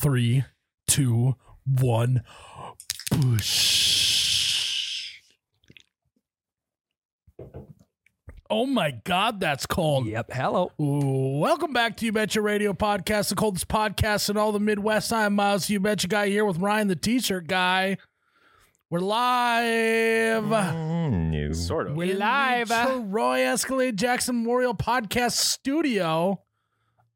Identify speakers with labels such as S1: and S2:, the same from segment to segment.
S1: three, two, one. Push. Oh my God, that's cold.
S2: Yep. Hello.
S1: Ooh, Welcome back to You Betcha Radio Podcast, the coldest podcast in all the Midwest. I'm Miles, the You Betcha guy, here with Ryan, the T-shirt guy. We're live.
S3: Sort of.
S1: We're live. Roy Escalade Jackson Memorial Podcast Studio.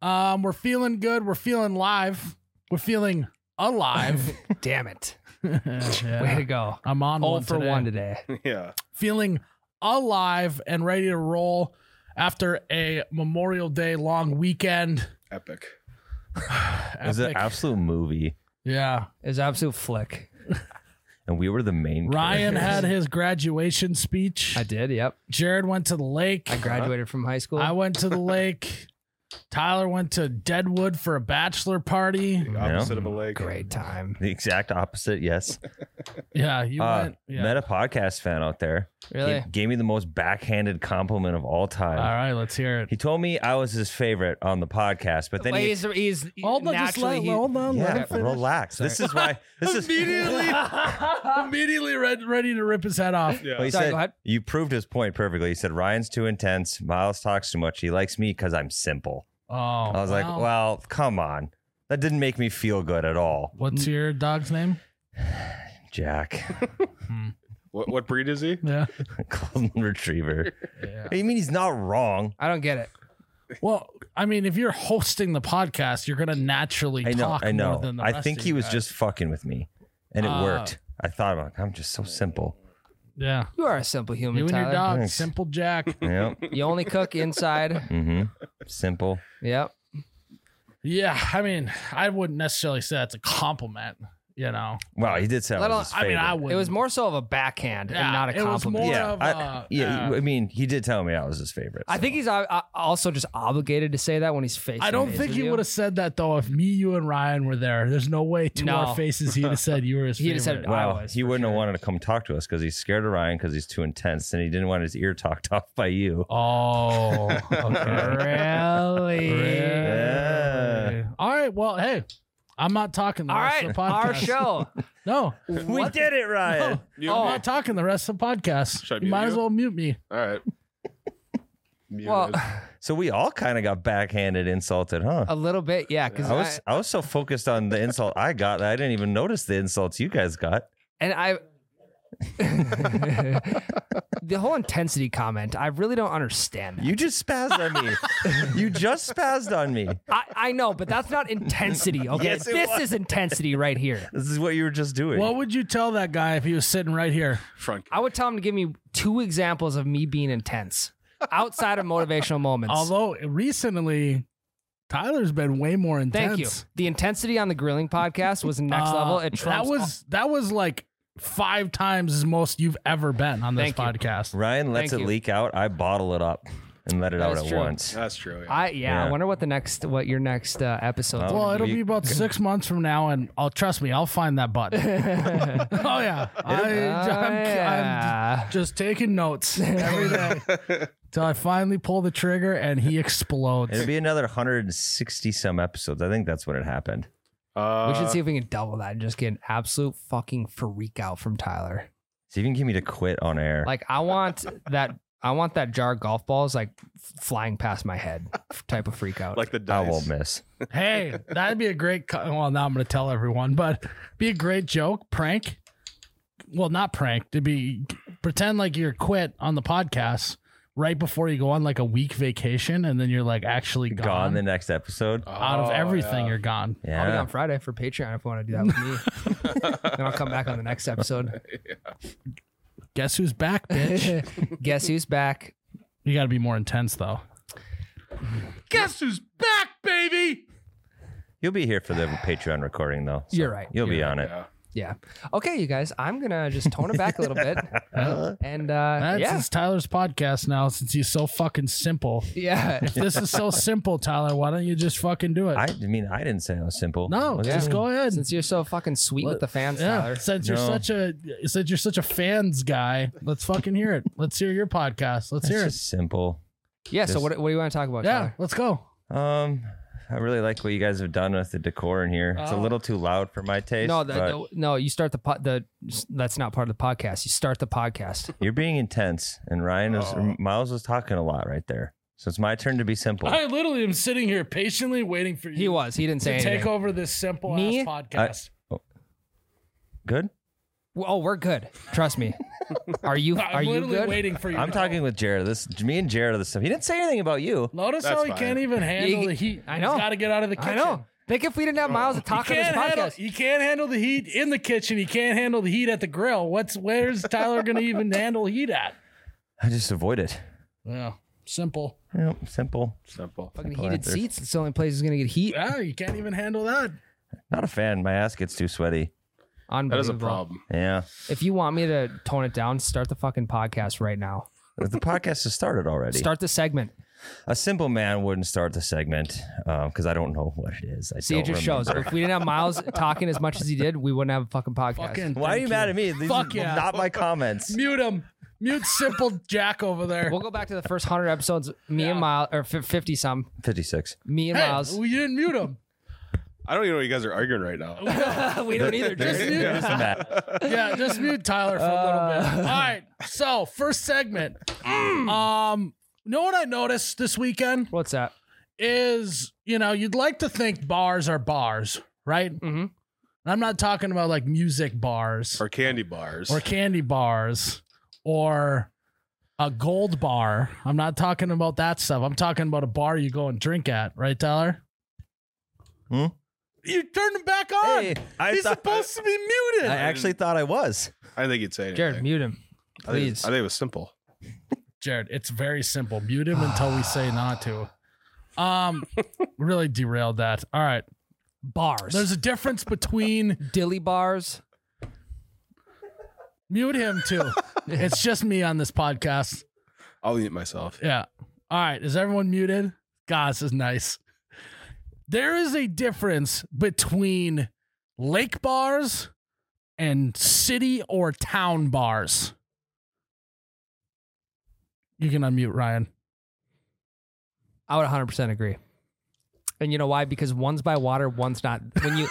S1: Um, we're feeling good. We're feeling live. We're feeling alive.
S2: Damn it.
S1: Yeah.
S2: Way to go.
S1: I'm on
S2: All
S1: one
S2: for
S1: today.
S2: one today.
S3: Yeah.
S1: Feeling alive and ready to roll after a Memorial Day long weekend.
S3: Epic.
S4: It was an
S1: Epic.
S4: absolute movie,
S1: yeah.
S2: It's absolute flick.
S4: and we were the main.
S1: Ryan
S4: characters.
S1: had his graduation speech.
S2: I did. Yep.
S1: Jared went to the lake.
S2: I graduated from high school.
S1: Uh-huh. I went to the lake. Tyler went to Deadwood for a bachelor party.
S3: The
S4: Yeah.
S3: opposite of a lake.
S2: Great time.
S4: the exact opposite. Yes,
S1: Yeah, you
S4: Uh,
S1: went. Yeah.
S4: met a podcast fan out there. He
S2: Really?
S4: gave me the most backhanded compliment of all time.
S1: All right, let's hear it.
S4: He told me I was his favorite on the podcast, but then
S2: Well,
S4: he
S2: he's, he's
S1: Hold on, just
S2: naturally
S1: let,
S2: he-
S1: hold on, let
S4: yeah,
S1: him finish.
S4: relax. This is why this is
S1: Immediately, immediately read, ready to rip his head off.
S4: Well,
S3: Yeah.
S4: he
S2: Sorry,
S4: said,
S2: go ahead.
S4: you proved his point perfectly. He said Ryan's too intense. Miles talks too much. He likes me because I'm simple.
S1: Oh,
S4: I was like, well, come on. That didn't make me feel good at all,
S1: what's your dog's name?
S4: Jack.
S3: What, what breed is
S2: Oh.
S3: he?
S1: Yeah.
S4: Golden Retriever.
S1: yeah.
S4: You mean he's not wrong?
S2: I don't get it.
S1: Well, I mean, if you're hosting the podcast, you're gonna naturally
S4: I know,
S1: talk
S4: I
S1: more
S4: know.
S1: than the
S4: I
S1: rest
S4: think
S1: of
S4: he
S1: you
S4: was
S1: guys.
S4: just fucking with me, and it
S1: Ah.
S4: worked. I thought about, it. I'm just so simple.
S1: yeah.
S2: You are a simple human,
S1: You and your
S2: Tyler.
S1: dog,
S4: Thanks.
S1: simple Jack.
S4: Yeah,
S2: You only cook inside.
S4: hmm simple.
S2: Yep.
S1: yeah, I mean, I wouldn't necessarily say that's a compliment. You know,
S4: Wow, he did say I
S2: Let
S4: was his
S1: I mean,
S4: favorite.
S1: I would.
S2: It was more so of a backhand
S1: Yeah,
S2: and not a
S1: it was
S2: compliment.
S1: more
S4: yeah,
S1: of
S4: I,
S1: a-
S4: yeah.
S1: uh, yeah.
S4: I mean, he did tell me I was his favorite.
S2: I
S4: so.
S2: think he's uh, uh, also just obligated to say that when he's facing.
S1: I don't
S2: the
S1: think
S2: interview.
S1: he would have said that though if me, you, and Ryan were there. There's no way to
S2: No.
S1: our faces he'd have said you were his
S2: He'd
S1: favorite.
S2: have said, I
S4: Wow,
S2: was,
S4: he
S2: for
S4: wouldn't have
S2: sure.
S4: wanted to come talk to us because he's scared of Ryan because he's too intense and he didn't want his ear talked off by you.
S1: Oh,
S2: Really?
S4: Yeah.
S1: All right. Well, hey, I'm not talking the
S2: All
S1: rest
S2: right,
S1: of the podcast.
S2: our show.
S1: No,
S4: We did it, Ryan.
S3: You
S2: Oh.
S1: I'm
S3: and
S1: not talking the rest of the podcast.
S3: Should I
S1: you
S3: mute
S1: might
S3: you?
S1: as well mute me.
S3: me? All right. Muted.
S2: Well,
S4: So we all kind of got backhanded, insulted, huh?
S2: a little bit, yeah.
S1: Oh,
S2: Because
S4: I was I, was so focused on the insult I got that I didn't even notice the insults you guys got.
S2: and I the whole intensity comment, I really don't understand. that.
S4: You just spazzed on me. you just spazzed on me.
S2: I, I know, but that's not intensity. Okay,
S4: Yes, it
S2: this
S4: was.
S2: is intensity right here.
S4: This is what you were just doing.
S1: What would you tell that guy if he was sitting right here?
S3: Front.
S2: I would tell him to give me two examples of me being intense outside of motivational moments.
S1: Although recently, Tyler's been way more intense.
S2: Thank you. The intensity on the grilling podcast was next
S1: Uh,
S2: level. It trumps
S1: that was that was like five times as most you've ever been on this
S2: Thank you.
S1: podcast.
S4: Ryan lets
S2: Thank
S4: it
S2: you.
S4: leak out. I bottle it up and let it
S2: That
S4: out
S2: is
S4: at
S2: true.
S4: once.
S3: That's true. Yeah.
S2: I yeah, I
S4: Yeah.
S2: wonder what the next what your next uh, episode.
S4: Oh.
S1: Well, it'll
S4: You-
S1: be about six months from now, and I'll trust me, I'll find that button. oh yeah, I, am
S2: Ah,
S1: just taking notes every day till I finally pull the trigger and he explodes.
S4: It'll be another 160 some episodes. I think that's when it happened.
S3: Uh,
S2: we should see if we can double that and just get an absolute fucking freak out from Tyler.
S4: So you can get me to quit on air.
S2: Like I want that I want that jar of golf balls like f- flying past my head type of freak out.
S3: Like the
S4: I
S3: dice.
S4: won't miss.
S1: hey, that'd be a great. Co- well, now I'm going to tell everyone, but be a great joke prank. Well, not prank. To be pretend like you're quit on the podcast right before you go on like a week vacation, and then you're like actually
S4: Gone,
S1: gone.
S4: the next episode.
S1: out of
S3: Oh,
S1: everything,
S3: yeah.
S1: you're gone.
S2: I'll be
S4: Yeah.
S2: on Friday for Patreon if you want to do that with me. then I'll come back on the next episode.
S1: Guess who's back, bitch?
S2: Guess who's back?
S1: you got to be more intense though. Guess who's back, baby?
S4: You'll be here for the Patreon recording though. so
S2: You're right.
S4: You'll be
S2: You're
S4: on it.
S3: Yeah.
S2: Yeah. Okay, you guys, I'm gonna just tone it back a little bit. And uh
S1: Uh-huh. That's
S2: yeah.
S1: it's Tyler's podcast now since he's so fucking simple.
S2: yeah.
S1: If this is so simple, Tyler, why don't you just fucking do it?
S4: I mean, I didn't say I was simple.
S1: no,
S4: Was
S1: just
S4: it?
S1: go ahead.
S2: Since you're so fucking sweet with the fans,
S1: Yeah,
S2: Tyler.
S1: since you're
S4: No.
S1: such a since you're such a fans guy, let's fucking hear it. Let's hear your podcast. Let's
S4: It's
S1: hear it.
S4: just simple.
S2: Yeah, so
S4: Just-
S2: what, what do you want to talk about,
S1: Yeah,
S2: Tyler?
S1: let's go.
S4: Um, I really like what you guys have done with the decor in here. It's a
S1: Oh.
S4: little too loud for my taste. No,
S2: No, the, the, no, you start the po- the that's not part of the podcast. You start the podcast.
S4: you're being intense, and Ryan is
S3: Oh.
S4: Miles was talking a lot right there. So it's my turn to be simple.
S1: I literally am sitting here patiently waiting for you.
S2: He was. He didn't
S1: to
S2: say
S1: take
S2: anything.
S1: over this simple
S2: Me?
S1: ass podcast.
S4: Good.
S2: Oh, we're good. Trust me. Are you?
S1: I'm
S2: Are you
S1: literally
S2: good?
S1: waiting for you.
S4: I'm
S1: to-
S4: talking with Jared. This me and Jared. are This stuff. He didn't say anything about you.
S1: Notice
S3: That's
S1: how he
S3: fine.
S1: can't even handle
S2: He-
S1: the heat.
S2: I know.
S1: He's got to get out of the kitchen.
S2: I know. Think if we didn't have Miles to talk on this
S1: Can't handle,
S2: podcast,
S1: he can't handle the heat in the kitchen. He can't handle the heat at the grill. What's where's Tyler going to even handle heat at?
S4: I just avoid it.
S1: Yeah, simple.
S4: Yep, simple.
S3: Simple.
S2: fucking
S4: Simple
S2: heated
S4: answer.
S2: seats. It's the only place he's gonna get heat.
S1: Yeah, Ah, you can't even handle that.
S4: Not a fan. My ass gets too sweaty.
S2: Unbelievable.
S3: That is a problem.
S4: Yeah.
S2: If you want me to tone it down, start the fucking podcast right now.
S4: The podcast has started already.
S2: Start the segment.
S4: A simple man wouldn't start the segment because I don't know what it is. I
S2: See,
S4: don't
S2: it just
S4: remember.
S2: shows. If we didn't have Miles talking as much as he did, we wouldn't have a fucking podcast.
S1: Fucking
S4: Why are you mad at me? These
S1: Fuck
S4: are
S1: yeah.
S4: Not my comments.
S1: mute him? Mute simple Jack over there.
S2: We'll go back to the first hundred episodes. Me
S1: Yeah.
S2: and Miles, or fifty some.
S4: Fifty-six.
S2: Me and
S1: Hey,
S2: Miles.
S1: we didn't mute him.
S3: I don't even know what you guys are arguing right now.
S2: Oh. we don't either.
S1: Just
S2: Jared.
S1: mute.
S4: There's the mat.
S1: yeah, just mute Tyler for a little
S2: Uh,
S1: bit. All right. So first segment.
S2: Mm.
S1: Um, you know what I noticed this weekend
S2: What's that?
S1: is you know you'd like to think bars are bars, right? And
S2: Mm-hmm.
S1: I'm not talking about like music bars
S3: Or candy bars.
S1: or candy bars or a gold bar. I'm not talking about that stuff. I'm talking about a bar you go and drink at, right, Tyler?
S4: Hmm?
S1: You turned him back on.
S4: Hey, I
S1: He's
S4: thought-
S1: supposed to be muted.
S4: I actually thought I was.
S3: I didn't think you'd say anything.
S2: Jared, mute him.
S3: I think,
S2: please.
S3: I think it was simple.
S1: Jared, it's very simple. Mute him until we say not to. Um, really derailed that. All right.
S2: Bars.
S1: There's a difference between
S2: dilly bars.
S1: mute him too. It's just me on this podcast.
S3: I'll eat myself.
S1: Yeah. All right. Is everyone muted? God, this is nice. There is a difference between lake bars and city or town bars. You can unmute Ryan.
S2: I would 100% agree. And you know why? Because one's by water, one's not. When you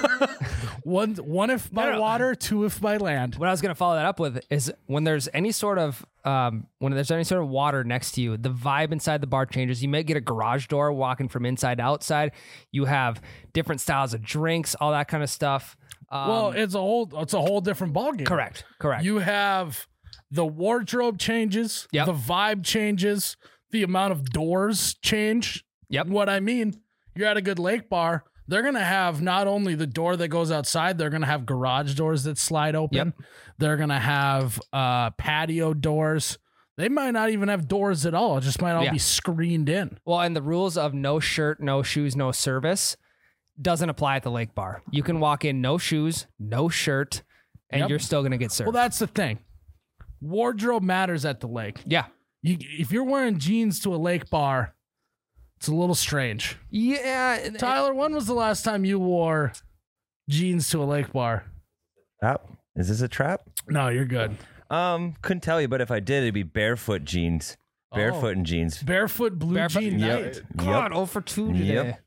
S1: One, one if by
S2: No, no.
S1: water, two if by land.
S2: what I was going to follow that up with is when there's any sort of um, when there's any sort of water next to you, the vibe inside the bar changes. You may get a garage door walking from inside to outside. You have different styles of drinks, all that kind of stuff. Um,
S1: well, it's a whole it's a whole different ballgame.
S2: correct, correct.
S1: You have the wardrobe changes,
S2: Yep.
S1: the vibe changes, the amount of doors change.
S2: Yep.
S1: What I mean, you're at a good lake bar. They're gonna have not only the door that goes outside, they're gonna have garage doors that slide open. They're gonna have uh, patio doors. They might not even have doors at all. It just might all
S2: Yeah.
S1: be screened in.
S2: well, and the rules of no shirt, no shoes, no service doesn't apply at the lake bar. You can walk in no shoes, no shirt, and
S1: Yep.
S2: you're still going to get served.
S1: Well, that's the thing. Wardrobe matters at the lake.
S2: yeah.
S1: You, if you're wearing jeans to a lake bar, it's a little strange.
S2: Yeah,
S1: Tyler, when was the last time you wore jeans to a lake bar?
S4: Ah, is this a trap?
S1: No, you're good.
S4: Um, couldn't tell you, but if I did, it'd be barefoot jeans, barefoot and jeans.
S1: Barefoot blue
S2: Barefoot-
S1: jean
S4: Yep.
S1: night.
S2: God, oh for 2 today.
S4: Yep.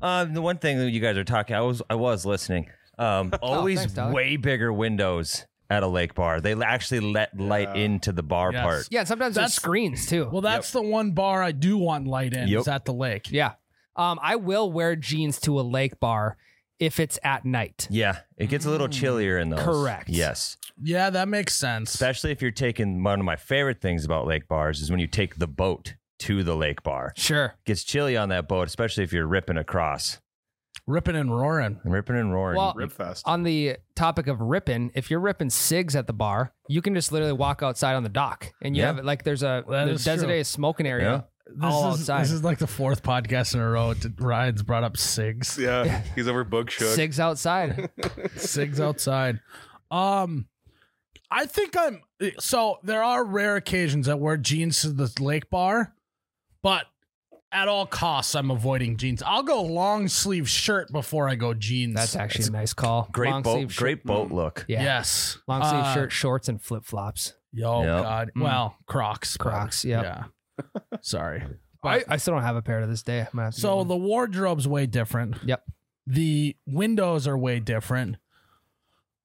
S4: Um, the one thing that you guys are talking, I was I was listening. Um, always
S2: thanks, Tyler.
S4: way bigger windows at a lake bar. They actually let light
S3: Yeah.
S4: into the bar
S1: Yes.
S4: part.
S2: Yeah, and sometimes there's
S1: That's-
S2: screens too.
S1: Well, that's the one bar I do want light in.
S4: Yep.
S1: Is at the lake.
S2: yeah. Um, I will wear jeans to a lake bar if it's at night.
S4: Yeah, it gets a little chillier in those.
S2: Mm. Correct.
S4: Yes.
S1: Yeah, that makes sense.
S4: Especially if you're taking one of my favorite things about lake bars is when you take the boat to the lake bar.
S2: Sure.
S4: gets chilly on that boat, especially if you're ripping across.
S1: Ripping and roaring.
S4: And ripping and roaring.
S2: Well-
S3: Rib fest.
S2: On the topic of ripping, if you're ripping cigs at the bar, you can just literally walk outside on the dock and you
S4: Yeah.
S2: have it like there's a
S1: That
S2: there's
S1: is true.
S2: designated smoking
S4: Yeah.
S2: area.
S1: This
S2: All
S1: is
S2: outside.
S1: this is like the fourth podcast in a row. that Ryan's brought up Sigs.
S3: yeah. He's over bug shook.
S2: Cigs outside.
S1: Sigs outside. Um, I think I'm so there are rare occasions that wear jeans to the lake bar, but at all costs, I'm avoiding jeans. I'll go long sleeve shirt before I go jeans.
S2: That's actually a nice call.
S4: great
S2: Long
S4: boat,
S2: sleeve shirt- Mm.
S4: great boat look.
S2: Yeah.
S1: yes,
S2: Long sleeve
S1: Uh,
S2: shirt, shorts, and flip flops.
S1: Yo,
S4: Yep.
S1: God.
S2: Mm.
S1: Well, Crocs, but-
S2: Crocs, yep.
S1: yeah. Sorry,
S2: I, I still don't have a pair to this day. I'm gonna have to get
S1: So
S2: one.
S1: the wardrobe's way different.
S2: Yep.
S1: The windows are way different.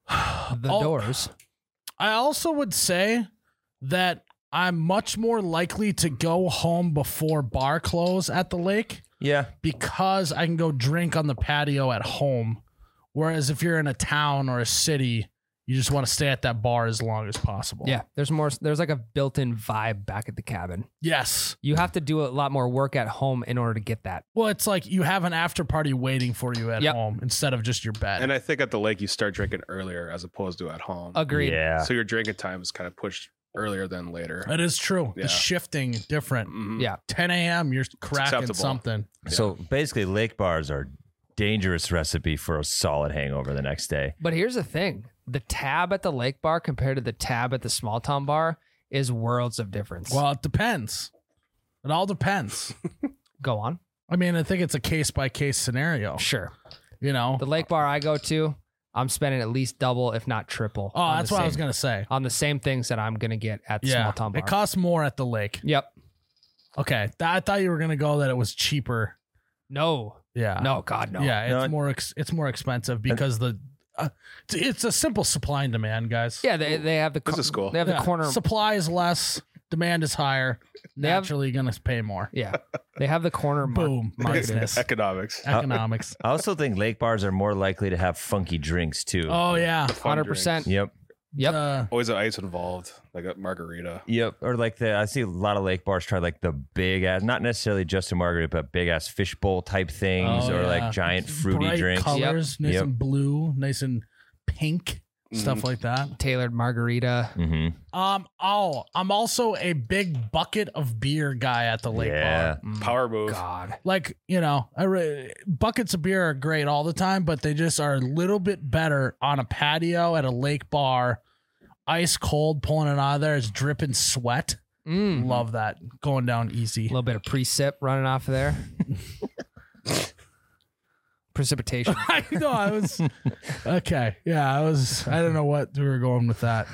S2: the
S1: oh.
S2: doors.
S1: I also would say that I'm much more likely to go home before bar close at the lake
S4: Yeah.
S1: because I can go drink on the patio at home. Whereas if you're in a town or a city, you just want to stay at that bar as long as possible.
S2: Yeah, there's more. There's like a built-in vibe back at the cabin.
S1: Yes.
S2: You have to do a lot more work at home in order to get that.
S1: Well, it's like you have an after party waiting for you at
S2: Yep.
S1: home instead of just your bed.
S3: And I think at the lake you start drinking earlier as opposed to at home.
S2: Agreed.
S4: Yeah.
S3: So your drinking time is kind of pushed earlier than later.
S1: it is true.
S3: Yeah.
S1: It's shifting different.
S3: Mhm.
S2: Yeah.
S1: 10 a.m. You're cracking
S3: acceptable.
S1: something.
S4: So basically, lake bars are dangerous recipe for a solid hangover the next day.
S2: But here's the thing: the tab at the lake bar compared to the tab at the small town bar is worlds of difference.
S1: Well, it depends. It all depends.
S2: go on.
S1: I mean, I think it's a case by case scenario.
S2: Sure.
S1: You know.
S2: The lake bar I go to, I'm spending at least double, if not triple.
S1: oh,
S2: on
S1: that's
S2: the
S1: what I
S2: same-
S1: was gonna say.
S2: On the same things that I'm gonna get at the
S1: Yeah,
S2: small town bar.
S1: it costs more at the lake.
S2: yep.
S1: Okay, Th- I thought you were gonna go that it was cheaper.
S2: No.
S1: Yeah.
S2: No. God no.
S1: Yeah, it's
S4: No, I-
S1: more ex- it's more expensive because the uh, it's- it's a simple supply and demand, guys.
S2: Yeah. They, they have the.
S3: This is cool.
S2: They have
S1: Yeah.
S2: the corner.
S1: supply is less, demand is higher.
S2: They have-
S1: Naturally, you're gonna pay more.
S2: yeah. They have the corner. mar-
S1: Boom,
S2: market
S1: business,
S3: Economics.
S1: economics.
S4: I also think lake bars are more likely to have funky drinks too.
S1: Oh yeah.
S3: The fun
S2: Hundred
S3: drinks.
S2: percent.
S4: Yep.
S2: Yep.
S1: Uh,
S3: Always an ice involved, like a margarita.
S4: Yep. Or like the I see a lot of lake bars try like the big ass, not necessarily just a margarita, but big ass fishbowl type things,
S1: Oh,
S4: or
S1: yeah.
S4: like giant fruity
S1: bright
S4: drinks.
S1: colors, nice
S4: Yep. Mm-hmm.
S1: and blue, nice and pink, stuff like that.
S2: Tailored margarita.
S4: hmm
S1: Um. Oh, I'm also a big bucket of beer guy at the lake
S4: Yeah.
S1: bar.
S2: Mm,
S3: Power move.
S2: God.
S1: Like you know, I re- buckets of beer are great all the time, but they just are a little bit better on a patio at a lake bar, ice cold, pulling it out of there, it's dripping sweat.
S2: Mm.
S1: Love that going down easy.
S2: A little bit of precip running off of there. Precipitation.
S1: I know I was okay. Yeah, I was. I don't know what we were going with that.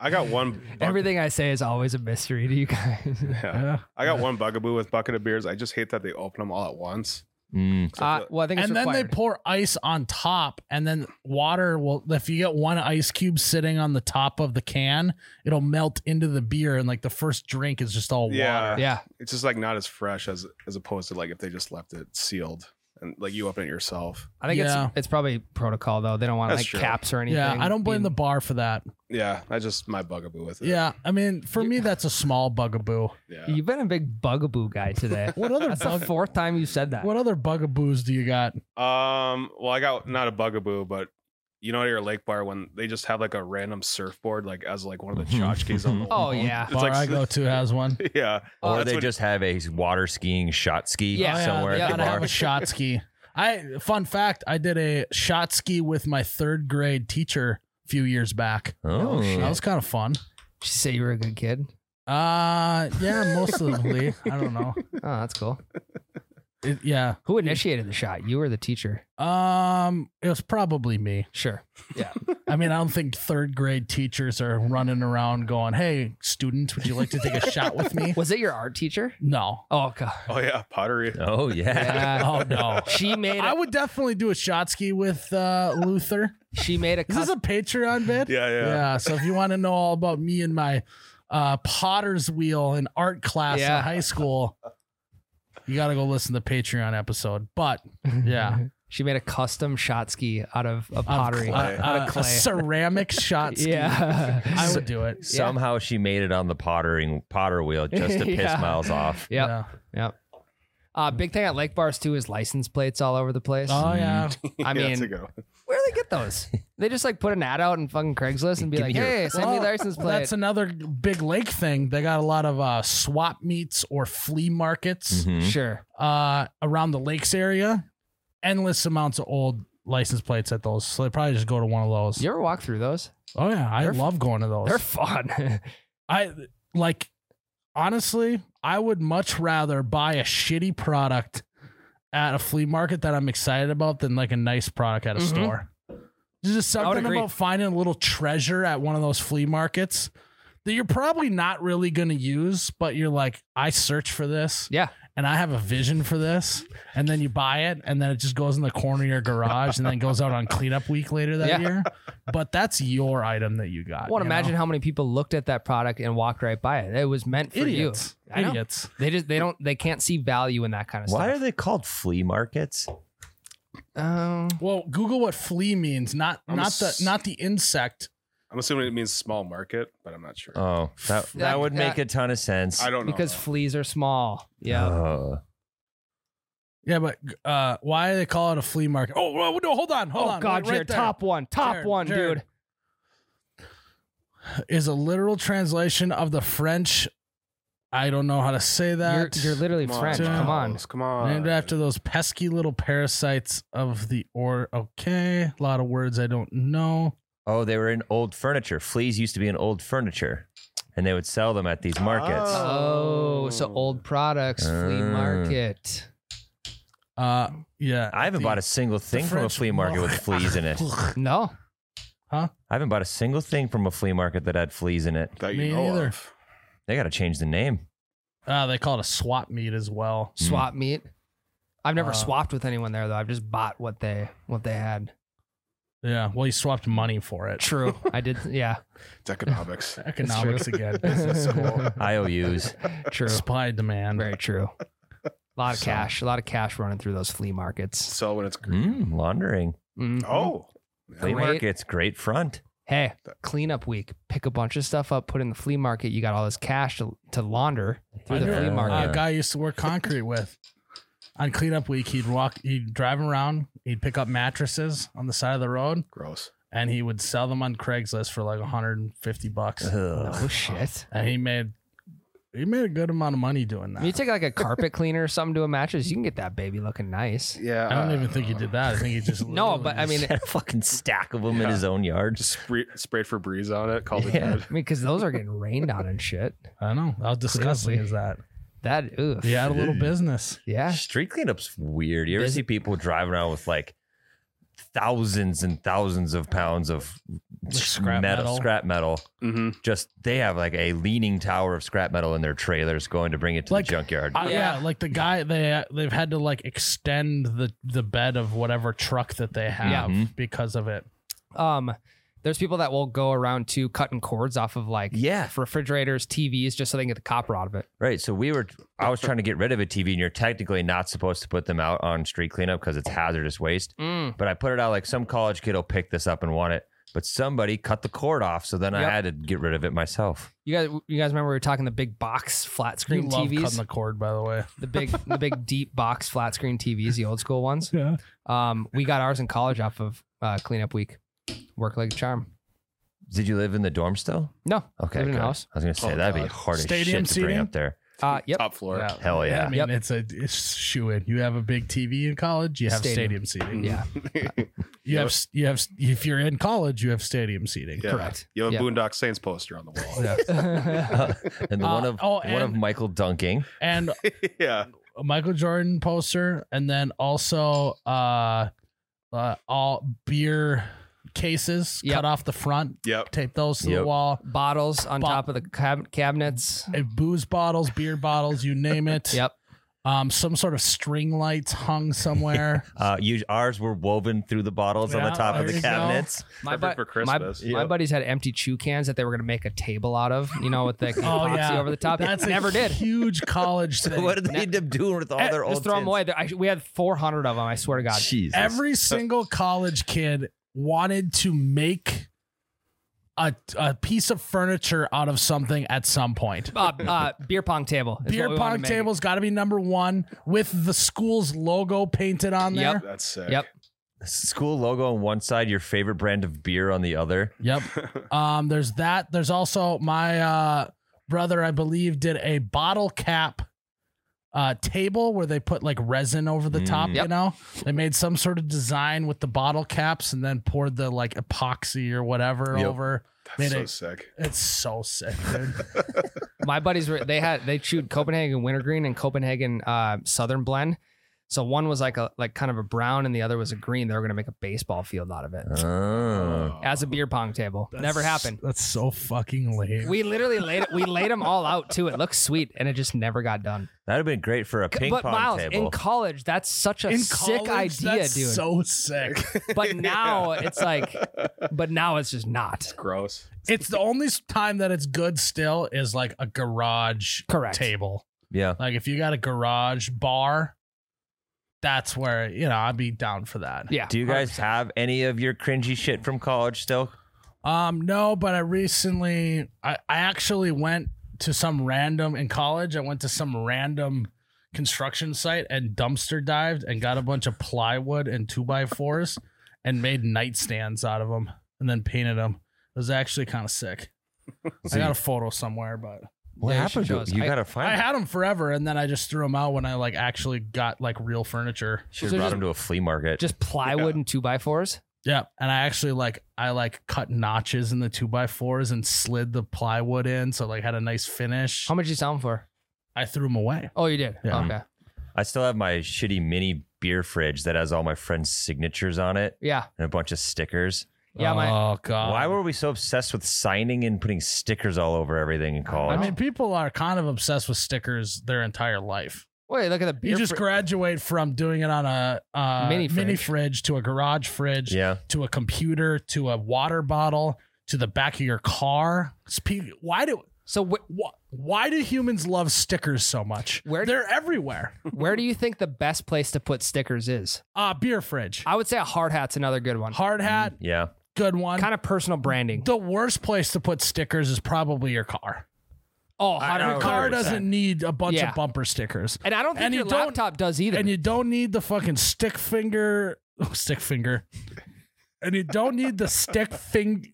S3: I got one. Everything.
S2: Everything I say is always a mystery to you guys.
S1: Yeah.
S3: I got one bugaboo with bucket of beers. I just hate that they open them all at once.
S4: Mm.
S3: So I
S2: Uh,
S3: feel-
S2: well, I think it's
S1: and then they
S2: required.
S1: pour ice on top and then water will if you get one ice cube sitting on the top of the can it'll melt into the beer and like the first drink is just all
S3: yeah,
S1: water
S2: yeah,
S3: it's just like not as fresh as as opposed to like if they just left it sealed and like you open it yourself.
S2: I think
S1: Yeah.
S2: it's it's probably protocol though. They don't want
S3: That's
S2: like
S3: true.
S2: caps or anything.
S1: yeah i don't blame the
S2: being-
S1: bar for that
S3: Yeah, that's just my bugaboo with it.
S1: yeah i mean for me that's a small bugaboo
S3: yeah.
S2: You've been a big bugaboo guy today.
S1: what other
S2: That's the
S1: bug-
S2: fourth time you said that.
S1: what other bugaboos do you got
S3: Um. Well, I got not a bugaboo, but you know, at your lake bar when they just have like a random surfboard, like as like one of the tchotchkes on the
S2: Oh
S3: wall.
S2: yeah,
S3: It's
S1: bar
S3: like-
S1: i go to has one
S3: yeah.
S4: Or
S3: Oh, That's
S4: they
S3: what-
S4: just have a water skiing shot ski
S2: Yeah.
S1: Oh,
S4: somewhere
S1: they
S4: at the
S1: gotta
S4: bar.
S1: have a shot ski i fun fact i did a shot ski with my third grade teacher a few years back
S4: oh,
S1: that was kind of fun
S2: Did you say you were a good kid.
S1: Uh, yeah, mostly. I don't know.
S2: Oh, that's cool.
S1: It, yeah.
S2: Who initiated the shot? You or the teacher?
S1: Um, it was probably me.
S2: Sure.
S1: I mean, I don't think third grade teachers are running around going, "Hey, students, would you like to take a shot with me?"
S2: Was it your art teacher?
S1: No.
S2: Oh god.
S3: Oh yeah, pottery.
S4: oh yeah.
S2: Yeah.
S1: Oh no.
S2: She made
S1: I
S2: a,
S1: would definitely do a shot ski with uh, Luther.
S2: she made a
S1: Is this
S2: custom
S1: a Patreon bit?
S3: Yeah, yeah.
S1: So if you want to know all about me and my uh, potter's wheel and art class
S2: Yeah.
S1: in high school, you got to go listen to the Patreon episode. But yeah.
S2: She made a custom shot ski out of
S1: Out
S2: a
S1: of
S2: pottery.
S1: cl-
S3: clay.
S1: uh,
S2: Out of
S1: uh,
S2: clay.
S1: A ceramic shot ski.
S2: Yeah.
S1: I would do it.
S4: Somehow she made it on the pottering potter wheel just to piss
S2: Yeah.
S4: Miles off.
S2: Yep.
S1: Yeah.
S2: Uh, big thing at lake bars too is license plates all over the place.
S1: Oh yeah.
S3: Yeah,
S2: I
S3: that's
S2: mean,
S3: a good one.
S2: where do they get those? They just like put an ad out and fucking Craigslist and be
S4: Give
S2: like,
S4: me your-
S2: "Hey, send me the
S1: Well,
S2: license plate."
S1: That's another big lake thing. They got a lot of uh, swap meets or flea markets
S4: Mhm.
S2: sure.
S1: uh, around the lakes area. Endless amounts of old license plates at those. So they probably just go to one of those.
S2: You ever walk through those?
S1: Oh yeah, I
S2: They're-
S1: love going to
S2: They're
S1: those.
S2: fun.
S1: I like honestly, I would much rather buy a shitty product at a flea market that I'm excited about than like a nice product at a
S2: Mhm.
S1: store. There's just
S2: I would
S1: something
S2: agree.
S1: about finding a little treasure at one of those flea markets that you're probably not really going to use, but you're like, I search for this
S2: Yeah.
S1: and I have a vision for this. And then you buy it and then it just goes in the corner of your garage and then goes out on cleanup week later that
S2: Yeah.
S1: year. But that's your item that you got.
S2: I want
S1: Uh, you
S2: to
S1: know?
S2: imagine how many people looked at that product and walked right by it. It was meant for
S1: idiots.
S2: you. I know.
S1: Idiots.
S2: They just they don't they can't see value in that kind of
S4: Why are
S2: stuff.
S4: they called flea markets?
S2: Um,
S1: Well, Google what flea means, not
S3: I'm
S1: not
S3: ass-
S1: the not the insect.
S3: I'm assuming it means small market, but I'm not sure.
S4: Oh, that that,
S2: That-
S4: would make a ton of sense. Uh,
S3: I don't know.
S2: because
S3: though.
S2: fleas are
S1: Uh,
S2: small. Yeah.
S4: Ugh.
S1: Yeah, but uh, why do they call it a flea market? Oh, well, no, hold on, hold
S2: oh
S1: on.
S2: God,
S1: wait, right
S2: Jared,
S1: there.
S2: top one, top
S1: Jared,
S2: one,
S1: Jared.
S2: dude.
S1: is a literal translation of the French. I don't know how to say
S2: You're,
S1: that.
S2: you're literally French.
S1: Jared.
S2: Come on.
S3: Charles, Come on.
S1: named after those pesky little parasites of the or. Okay, a lot of words I don't know.
S4: Oh, they were in old furniture. Fleas used to be in old furniture, and they would sell them at these markets.
S3: Oh.
S2: Oh, so old products, flea
S4: Uh.
S1: Ah.
S2: market.
S1: Uh, yeah,
S4: I haven't
S1: the-
S4: bought a single thing from a
S1: French
S4: flea market with
S1: market.
S4: fleas in it.
S1: Hmm.
S2: No.
S4: I haven't bought a single thing from a flea market that had fleas in it.
S3: That
S1: Me
S3: you know
S1: neither.
S3: of.
S4: They got to change the name.
S1: Uh, they call it a swap meet as well.
S2: Swap meet. I've never
S1: Uh,
S2: swapped with anyone there though. I've just bought what they what they had.
S1: Yeah, well, you swapped money for it.
S2: True. I did yeah.
S3: It's economics.
S1: Economics again. Business school.
S4: IOUs.
S2: True.
S1: Supply demand.
S2: Very true. A lot of
S1: So-
S2: cash. A lot of cash running through those flea markets.
S3: Sell when it's green.
S4: Mm, laundering.
S2: Mhm.
S1: Mm-hmm.
S3: Oh,
S4: Flea
S2: Great.
S4: markets, great front.
S2: Hey, cleanup week. Pick a bunch of stuff up, put it in the flea market. You got all this cash to, to launder through
S1: I
S2: the
S1: knew
S2: flea
S1: a-
S2: market.
S1: A guy I used to work concrete with. On cleanup week, he'd walk, he'd drive around, he'd pick up mattresses on the side of the road,
S3: gross.
S1: and he would sell them on Craigslist for like 150 bucks.
S4: Ugh.
S2: Oh shit.
S1: And he made he made a good amount of money doing
S2: When you
S1: that.
S2: take like a carpet cleaner or something to a mattress, you can get that baby looking nice.
S3: Yeah.
S1: I don't even think he did that. I think he just
S2: No,
S1: literally
S2: but I mean,
S1: just-
S2: I
S4: Had a fucking stack of them in
S3: Yeah.
S4: his own yard.
S3: Just spray, sprayed for breeze on it. Called
S4: Yeah.
S3: it good.
S2: mean, because those are getting rained on and shit.
S1: I know how disgusting
S2: Clearly.
S1: is that?
S2: That oof.
S1: He had a little business.
S2: Yeah.
S4: Street cleanup's weird. You ever
S2: Busy-
S4: see people driving around with like thousands and thousands of pounds of
S1: scrap metal.
S4: scrap metal?
S3: Mm-hmm.
S4: Just they have like a leaning tower of scrap metal in their trailers, going to bring it to
S1: Like,
S4: the junkyard.
S1: Uh, yeah.
S2: Yeah.
S1: like the guy they they've had to like extend the the bed of whatever truck that they have
S2: Mm-hmm.
S4: Mhm.
S1: because of it.
S2: Um, there's people that will go around to cutting cords off of like
S4: yeah,
S2: refrigerators, TVs, just so they can get the copper out of it.
S4: right. So we were, I was trying to get rid of a TV, and you're technically not supposed to put them out on street cleanup because it's hazardous waste.
S2: Mm.
S4: But I put it out like some college kid will pick this up and want it, but somebody cut the cord off, so then
S2: Yep.
S4: I had to get rid of it myself.
S2: You guys, you guys remember we were talking the big box flat
S1: You
S2: screen
S1: love
S2: TVs,
S1: cutting the cord, by the way.
S2: the big, the big deep box flat screen TVs, the old school ones.
S1: Yeah.
S2: Um, we got ours in college off of uh, cleanup week. Work like a charm.
S4: Did you live in the dorm still?
S2: No,
S4: Okay,
S2: Lived in a
S4: good.
S2: house.
S4: I was gonna say
S3: Oh,
S4: that'd be
S3: God.
S4: hard as
S1: Stadium
S4: shit to bring
S1: seating?
S4: up there.
S2: uh, yep.
S3: Top floor.
S4: Hell yeah.
S1: I mean,
S2: Yep.
S1: it's a it's shoe in. You have a big TV in college. You have
S2: Stadium.
S1: stadium,
S3: Mm-hmm.
S1: seating.
S2: Yeah,
S1: You have s- you have s- if you're in college, you have stadium seating.
S3: Yeah.
S2: correct.
S3: You have a
S2: Yeah.
S3: Boondock Saints poster on the wall.
S1: Yeah.
S4: Uh, and the
S1: Uh,
S4: one of
S1: oh,
S4: one of
S1: and-
S4: Michael dunking.
S1: And
S3: yeah.
S1: a Michael Jordan poster, and then also uh, uh all beer cases
S2: Yep.
S1: cut off the front,
S3: Yep.
S1: tape those to the
S4: Yep.
S1: wall,
S2: Bottles on
S1: Bo-
S2: top of the cab- cabinets.
S1: and booze bottles, beer bottles, you name it.
S2: Yep.
S1: Um, some sort of string lights hung somewhere.
S4: Uh, you, ours were woven through the bottles on
S1: Yeah,
S4: the top of
S1: there
S4: the
S1: you go.
S4: cabinets.
S2: My,
S3: Perfect
S2: bu-
S3: for Christmas.
S2: my, my buddies had empty chew cans that they were going to make a table out of, you know, with the epoxy over the top.
S1: Oh, That's a
S2: Never did.
S1: Huge college thing.
S4: What did they end up doing with all
S2: Eh,
S4: their old?
S2: Just throw them
S4: tins?
S2: away. There- I, we had 400 of them, I swear to God.
S4: Jesus.
S1: Every single college kid wanted to make a, a piece of furniture out of something at some point.
S2: Uh, uh, beer pong table. is what
S1: Beer
S2: we wanted to
S1: pong
S2: make.
S1: table's got to be number one with the school's logo painted on
S2: Yep.
S1: there.
S3: That's sick.
S2: Yep.
S4: school logo on one side, your favorite brand of beer on the other.
S1: Yep. Um, there's that. There's also my uh, brother, I believe, did a bottle cap uh, table where they put like resin over the
S4: Mm.
S1: top. You
S2: Yep.
S1: know, they made some sort of design with the bottle caps and then poured the like epoxy or whatever
S4: Yep.
S1: over.
S3: That's
S1: Made
S3: so
S1: it-
S3: sick.
S1: It's so sick, dude.
S2: My buddies were, they had, they chewed Copenhagen Wintergreen and Copenhagen uh, Southern Blend. So one was like a like kind of a brown, and the other was a green. They were gonna make a baseball field out of it
S4: Oh.
S2: as a beer pong table. Never happened.
S1: That's so fucking lame.
S2: We literally laid it. We laid them all out too. It looks sweet, and it just never got done.
S4: That'd have been great for a ping
S2: but
S4: pong
S2: Miles, in
S4: table.
S2: college, that's such a
S1: In
S2: sick
S1: college,
S2: idea,
S1: that's
S2: dude.
S1: So sick.
S2: but now it's like, but now it's just not
S3: Gross.
S1: it's the only time that it's good still is like a garage
S2: correct.
S1: table.
S4: yeah.
S1: Like if you got a garage bar, that's where you know I'd be down for that.
S2: Yeah.
S4: Do you guys have any of your cringy shit from college still?
S1: Um, no, but I recently I, I actually went to some random in college. I went to some random construction site and dumpster dived and got a bunch of plywood and two by fours and made nightstands out of them and then painted them. It was actually kind of sick. I got a photo somewhere, but
S4: What
S2: Yeah, you
S4: happened
S2: should
S4: to
S2: show us.
S4: You
S2: I-
S4: gotta find
S1: I
S4: it.
S1: had them forever, and then I just threw them out when I like actually got like real furniture.
S4: Should
S2: So
S4: have brought
S2: just-
S4: him to a flea market.
S2: just plywood and two by fours?
S1: Yeah, and I actually like I like cut notches in the two by fours and slid the plywood in, so like had a nice finish.
S2: How much you sell them for?
S1: I threw them away.
S2: Oh, you did.
S1: Yeah.
S2: Okay.
S4: I still have my shitty mini beer fridge that has all my friends' signatures on it
S2: Yeah.
S4: and a bunch of stickers.
S2: Yeah, my-
S1: oh god.
S4: Why were we so obsessed with signing and putting stickers all over everything in
S1: I
S4: college?
S1: mean, people are kind of obsessed with stickers their entire life.
S2: Wait, look at the beer.
S1: You just
S2: fr-
S1: graduate from doing it on a uh,
S2: Mini fridge.
S1: fridge to a garage fridge
S4: yeah.
S1: to a computer to a water bottle to the back of your car. Spe- Why do
S2: so wh-
S1: wh- why do humans love stickers so much?
S2: Where-
S1: They're everywhere.
S2: where do you think the best place to put stickers is?
S1: Uh, beer fridge,
S2: I would say a hard hat's another good one.
S1: hard hat,
S4: Yeah.
S1: good one.
S2: Kind of personal branding.
S1: the worst place to put stickers is probably your car.
S2: Oh,
S4: I-
S1: Your
S2: 100%.
S1: car doesn't need a bunch
S2: Yeah.
S1: of bumper stickers.
S2: And I don't think
S1: and you
S2: your
S1: don't-
S2: laptop does either.
S1: And you don't need the fucking stick finger. Oh, stick finger. and you don't need the stick fing.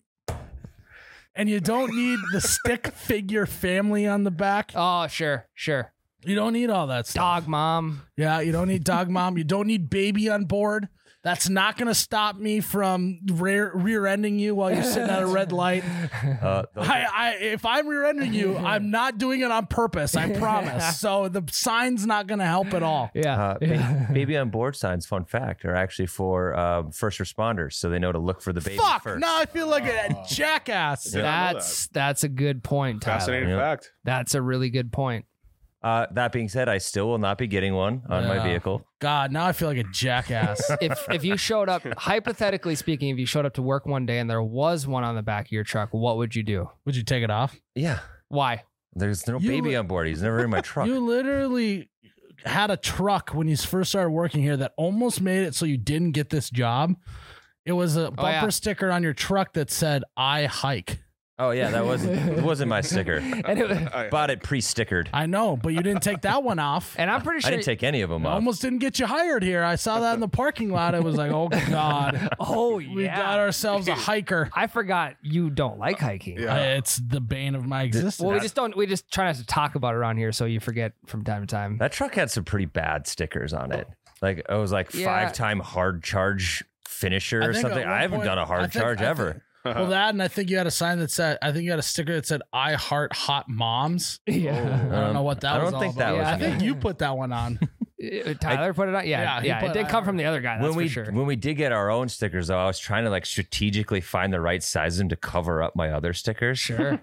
S1: And you don't need the stick figure family on the back.
S2: oh, sure, sure.
S1: You don't need all that stuff.
S2: Dog mom.
S1: Yeah, you don't need dog mom. You don't need baby on board. That's not going to stop me from rear rear ending you while you're sitting at a red light.
S4: Uh, those
S1: I, I if I'm rear ending you, I'm not doing it on purpose. I promise. So the sign's not going to help at all.
S2: Yeah.
S4: Uh, ba- baby on board signs, fun fact, are actually for um, first responders, so they know to look for the baby
S1: Fuck!
S4: first.
S1: Now I feel like a jackass.
S3: Yeah. I know
S2: that's that's a good point, Tyler.
S3: Fascinating
S4: Yeah.
S3: fact.
S2: That's a really good point.
S4: Uh, that being said, I still will not be getting one on
S1: Yeah.
S4: my vehicle.
S1: God, now I feel like a jackass.
S2: If if you showed up, hypothetically speaking, if you showed up to work one day and there was one on the back of your truck, what would you do?
S1: Would you take it off?
S4: Yeah,
S2: Why?
S4: there's no
S1: You-
S4: baby on board. He's never in my truck.
S1: You literally had a truck when you first started working here that almost made it so you didn't get this job. It was a bumper
S2: yeah.
S1: sticker on your truck that said "I hike."
S4: oh yeah, that wasn't it wasn't my sticker.
S2: And it,
S3: I-
S4: Bought it pre-stickered.
S1: I know, but you didn't take that one off.
S2: and I'm pretty
S4: I
S2: sure
S4: didn't take any of them
S1: I
S4: off.
S1: almost didn't get you hired here. I saw that in the parking lot. I was like, "Oh God,
S2: Oh
S1: we got
S2: yeah.
S1: ourselves a hiker."
S2: I forgot you don't like hiking.
S3: Yeah.
S1: Uh, it's the bane of my existence.
S2: Well, we just don't. We just try not to talk about it around here, so you forget from time to time.
S4: That truck had some pretty bad stickers on it. Like it was like
S2: Yeah.
S4: five-time hard charge finisher
S1: I
S4: or
S1: think
S4: something.
S1: at one
S4: I haven't
S1: point-
S4: done a hard
S1: I think-
S4: charge
S1: I think-
S4: ever. Uh,
S1: Well, that and I think you had a sign that said, I think you had a sticker that said, "I heart hot moms."
S2: Yeah.
S3: Oh.
S1: I don't know what that.
S4: Um, I
S1: was
S4: don't
S1: all
S4: think
S1: about.
S4: that
S2: was
S1: I
S2: me.
S1: think you put that one on.
S2: Uh, Tyler put it on. Yeah,
S1: Yeah, he
S2: yeah.
S1: put
S2: it
S1: it
S2: did
S1: on.
S2: come from the other guy. That's
S4: when we
S2: for sure.
S4: when we did get our own stickers though, I was trying to like strategically find the right size of them to cover up my other stickers.
S2: Sure.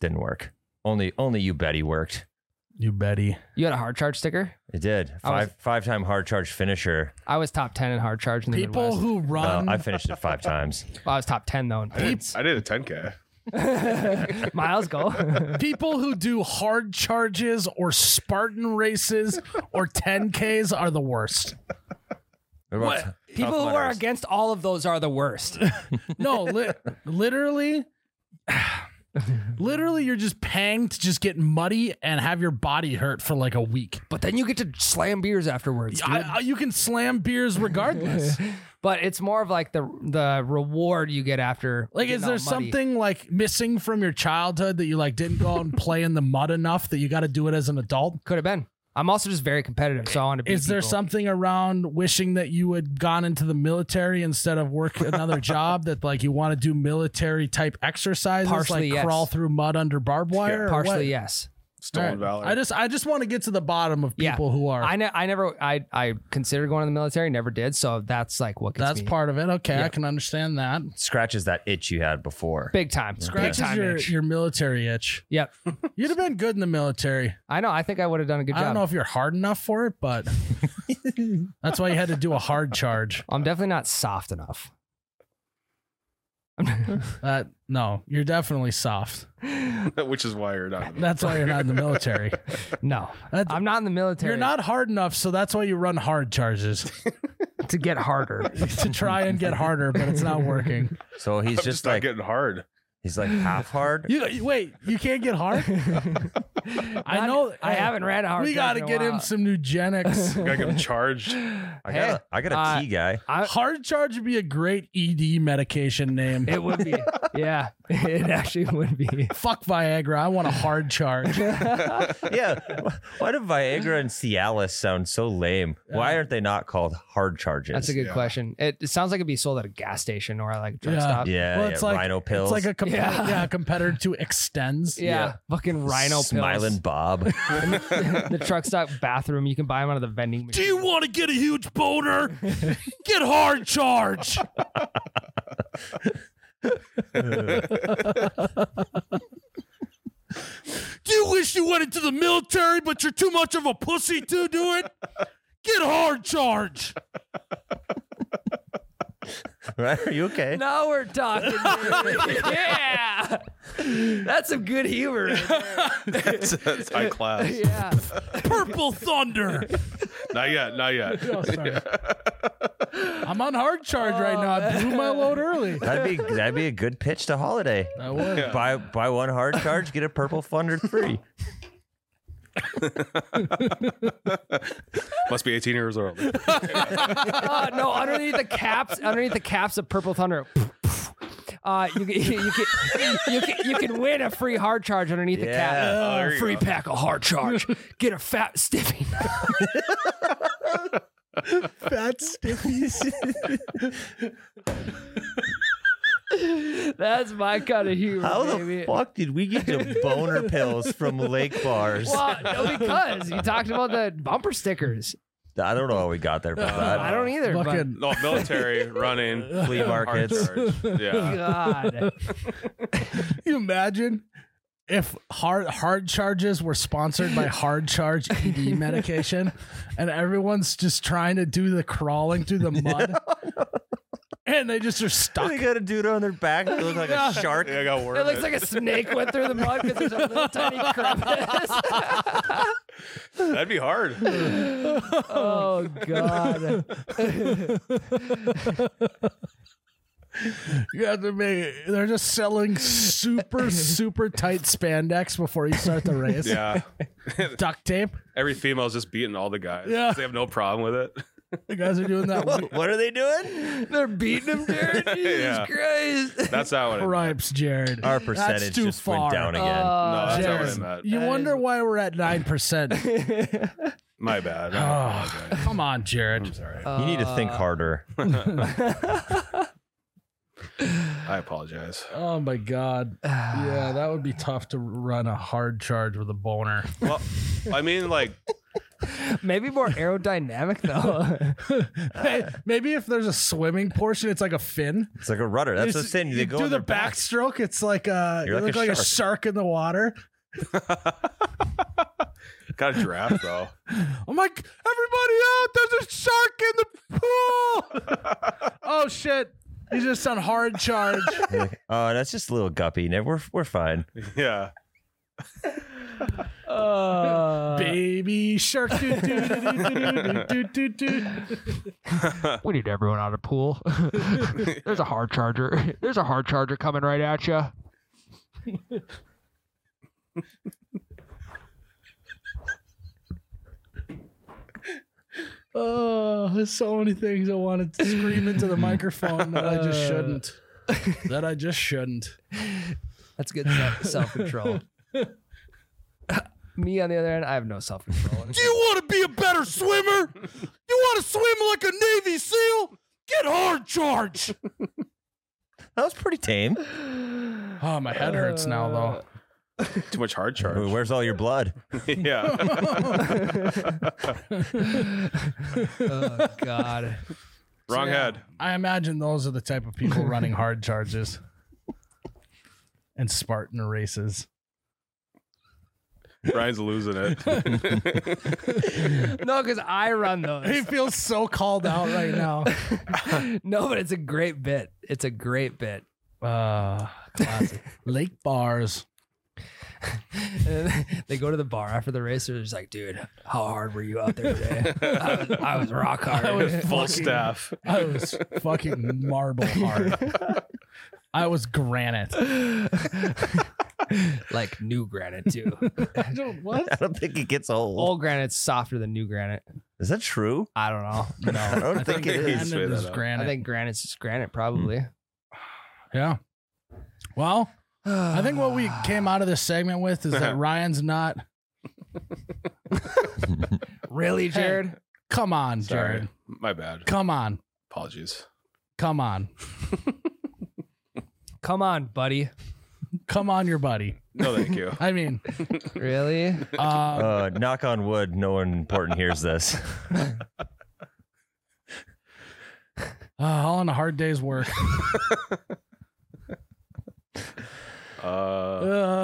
S4: Didn't work. Only only you Betty worked.
S1: You Betty.
S2: You had a hard charge sticker.
S4: It did.
S2: I was-
S4: Five five time hard charge finisher.
S2: I was top ten in hard charge in the
S1: People
S2: Midwest.
S1: who
S4: Uh,
S1: run.
S4: I finished it five times.
S2: Well, I was top ten though in
S3: I did,
S2: points.
S3: I did a 10K.
S2: Miles, go.
S1: People who do hard charges or Spartan races or 10Ks are the worst.
S4: What about t-
S2: People who are
S4: letters.
S2: against all of those are the worst.
S1: No, li- literally, literally, you're just paying to just get muddy and have your body hurt for like a week.
S2: But then you get to slam beers afterwards. dude.
S1: I, I- you can slam beers regardless.
S2: but it's more of like the the reward you get after.
S1: Like, is
S2: getting
S1: there
S2: all muddy.
S1: something like missing from your childhood that you like didn't go out and play in the mud enough that you got to do it as an adult?
S2: Could have been. I'm also just very competitive, so I want to. Beat
S1: Is there
S2: people.
S1: something around wishing that you had gone into the military instead of work another job that like you want to do military type exercises
S2: Partially,
S1: like
S2: yes.
S1: crawl through mud under barbed wire? or
S2: Partially,
S1: what?
S2: yes.
S3: stolen
S1: Alright.
S3: valor.
S1: I just I just want to get to the bottom of
S2: Yeah.
S1: people who are.
S2: I, ne- I never I I considered going in the military, never did. So that's like what gets
S1: that's
S2: me.
S1: part of it. Okay,
S2: Yeah.
S1: I can understand that.
S4: Scratches that itch you had before.
S2: big time. big
S1: Scratches
S2: time
S1: your,
S2: itch.
S1: your military itch.
S2: Yep.
S1: You'd have been good in the military.
S2: I know. I think I would have done a good
S1: I don't
S2: job.
S1: know if you're hard enough for it, but that's why you had to do a hard charge.
S2: I'm definitely not soft enough. I'm-
S1: Uh, no, you're definitely soft.
S3: which is why you're not.
S1: That's why you're not in the military.
S2: no,
S1: That-
S2: I'm not in the military.
S1: you're not hard enough, so that's why you run hard charges
S2: to get harder.
S1: to try and get harder, but it's not working.
S4: So
S3: I'm
S4: he's
S3: just,
S4: just
S3: not
S4: like
S3: getting hard.
S4: he's like half hard.
S1: You you- wait, you can't get hard. I know.
S2: I haven't read a hard.
S1: We got to get him some
S3: I
S1: nugenics.
S3: gotta get him charged.
S4: I got a, I got a
S2: uh,
S4: tea guy.
S2: I,
S1: hard charge would be a great ED medication name.
S2: it would be. Yeah, it actually would be.
S1: Fuck Viagra. I want a hard charge.
S4: Yeah. wh- Why do Viagra and Cialis sound so lame? Why aren't they not called hard charges?
S2: That's a good
S3: Yeah.
S2: question. It, it sounds like it'd be sold at a gas station or like a drug
S1: Yeah.
S2: stop. Yeah.
S4: yeah,
S1: Well,
S4: yeah,
S1: it's like-
S4: rhino
S1: It's
S4: pills.
S1: like a compet-
S2: Yeah.
S1: yeah. competitor to extends.
S4: Yeah.
S2: fucking rhino
S4: Smiling Bob.
S2: pills. the truck stop bathroom. You can buy them out of the vending machine.
S1: want to get a huge boner? get hard charge. do you wish you went into the military, but you're too much of a pussy to do it? Get hard charge.
S4: right? Are you okay?
S2: Now we're talking. dude. yeah. That's some good humor. right there.
S3: that's, that's high class.
S2: Yeah.
S1: Purple thunder.
S3: Not yet. Not yet.
S1: Oh, sorry. I'm on hard charge right now. I blew my load early.
S4: That'd be that'd be a good pitch to holiday.
S1: I would.
S4: Buy buy one hard charge, get a purple thunder free.
S3: Must be 18 years old.
S2: Oh, no, underneath the caps, underneath the caps of Purple Thunder. Uh, you, can- you, can, you, can, you can win a free hard charge underneath the cap.
S4: Yeah.
S3: Oh, there you
S2: free
S3: go.
S2: pack of hard charge. Get a fat stiffy.
S4: Fat stiffies.
S2: That's my kind of humor,
S4: How the
S2: baby.
S4: fuck did we get to boner pills from lake bars?
S2: Well, no, because you talked about the bumper stickers.
S4: I don't know how we got there from
S2: I
S4: that.
S2: don't either. but-
S1: Fucking
S3: No, military running
S4: Flea
S3: hard
S4: markets.
S3: charge. Yeah.
S2: God.
S1: Can you imagine if hard hard charges were sponsored by hard charge ED medication, and everyone's just trying to do the crawling through the mud, and they just are stuck.
S4: They got a dude on their back that looked like a shark.
S3: Yeah, I got worried.
S2: It looks like a snake went through the mud because there's a little tiny crevice.
S3: That'd be hard.
S2: Oh god.
S1: You have to make. They're just selling super super tight spandex before you start the race.
S3: Yeah.
S1: Duct tape.
S3: Every female's just beating all the guys.
S1: Yeah.
S3: They have no problem with it.
S1: You guys are doing that.
S4: What, what are they doing?
S2: They're beating him, Jared. Jesus
S3: Yeah.
S2: Christ.
S3: That's not what it
S1: Ripes, Jared.
S4: Our
S1: That's
S4: percentage
S1: too
S4: just
S1: far.
S4: went down again.
S3: No,
S2: Uh,
S3: that's not what
S1: Jared,
S3: I meant.
S1: you
S2: That
S1: wonder
S2: is-
S1: why we're at nine percent. Oh,
S3: My bad.
S1: Ah. Come on, Jared.
S3: I'm sorry.
S4: you need to think harder.
S3: I apologize.
S1: Oh my god. Yeah, that would be tough to run a hard charge with a boner.
S3: Well, I mean, like,
S2: Maybe more aerodynamic though.
S1: Hey, maybe if there's a swimming portion, it's like a fin.
S4: It's like a rudder. That's the
S1: It's-
S4: thing. They
S1: you
S4: go
S1: do
S4: on
S1: the
S4: their back.
S1: backstroke. It's like a you
S4: You're like
S1: look
S4: a
S1: like a
S4: shark.
S1: shark in the water.
S3: got a giraffe, though.
S1: I'm like, everybody out! There's a shark in the pool. oh shit! He's just on hard charge.
S4: Oh, that's just a little guppy. Never, we're, we're fine.
S3: Yeah.
S2: Uh,
S1: Baby shark. Do, do, do, do, do, do, do, do.
S2: we need everyone out of pool. There's a hard charger. There's a hard charger coming right at you.
S1: Oh, there's so many things I wanted to scream into the microphone that I just shouldn't. that I just shouldn't.
S2: That's good self control. Me on the other hand, I have no Oh, self control.
S1: Do you want to be a better swimmer? You want to swim like a Navy SEAL? Get hard charge.
S4: That was pretty tame.
S1: Oh, my head hurts now, though.
S3: Too much hard charge.
S4: Where's all your blood?
S3: yeah.
S2: oh God.
S3: Wrong head.
S1: I imagine those are the type of people running hard charges and Spartan races.
S3: Brian's losing it.
S2: No, because I run
S1: He
S2: those.
S1: feels so called out right now.
S2: No, but it's a great bit. It's a great bit.
S1: Uh, classic. Lake bars.
S2: And they go to the bar after the race. They're just like, dude, how hard were you out there today? I was, I was rock hard.
S3: Full staff.
S1: I was fucking marble hard. I was granite.
S2: like new granite too.
S1: what?
S4: I don't think it gets old.
S2: Old granite's softer than new granite.
S4: Is that true?
S2: I don't know.
S1: No,
S4: I don't think it
S3: it
S4: is.
S3: is. Straight
S1: granite is
S3: up.
S1: granite. Hmm.
S2: I think granite's just granite, probably.
S1: yeah. Well, I think what we came out of this segment with is that Ryan's not.
S2: really, Jared.
S1: Come on,
S3: Sorry.
S1: Jared.
S3: My bad.
S1: Come on.
S3: Apologies.
S1: Come on.
S2: Come on, buddy.
S1: Come on, your buddy.
S3: No, thank you.
S1: I mean,
S2: Really?
S1: uh,
S4: Uh, knock on wood, no one important hears this.
S1: uh, all in a hard day's work.
S3: Uh,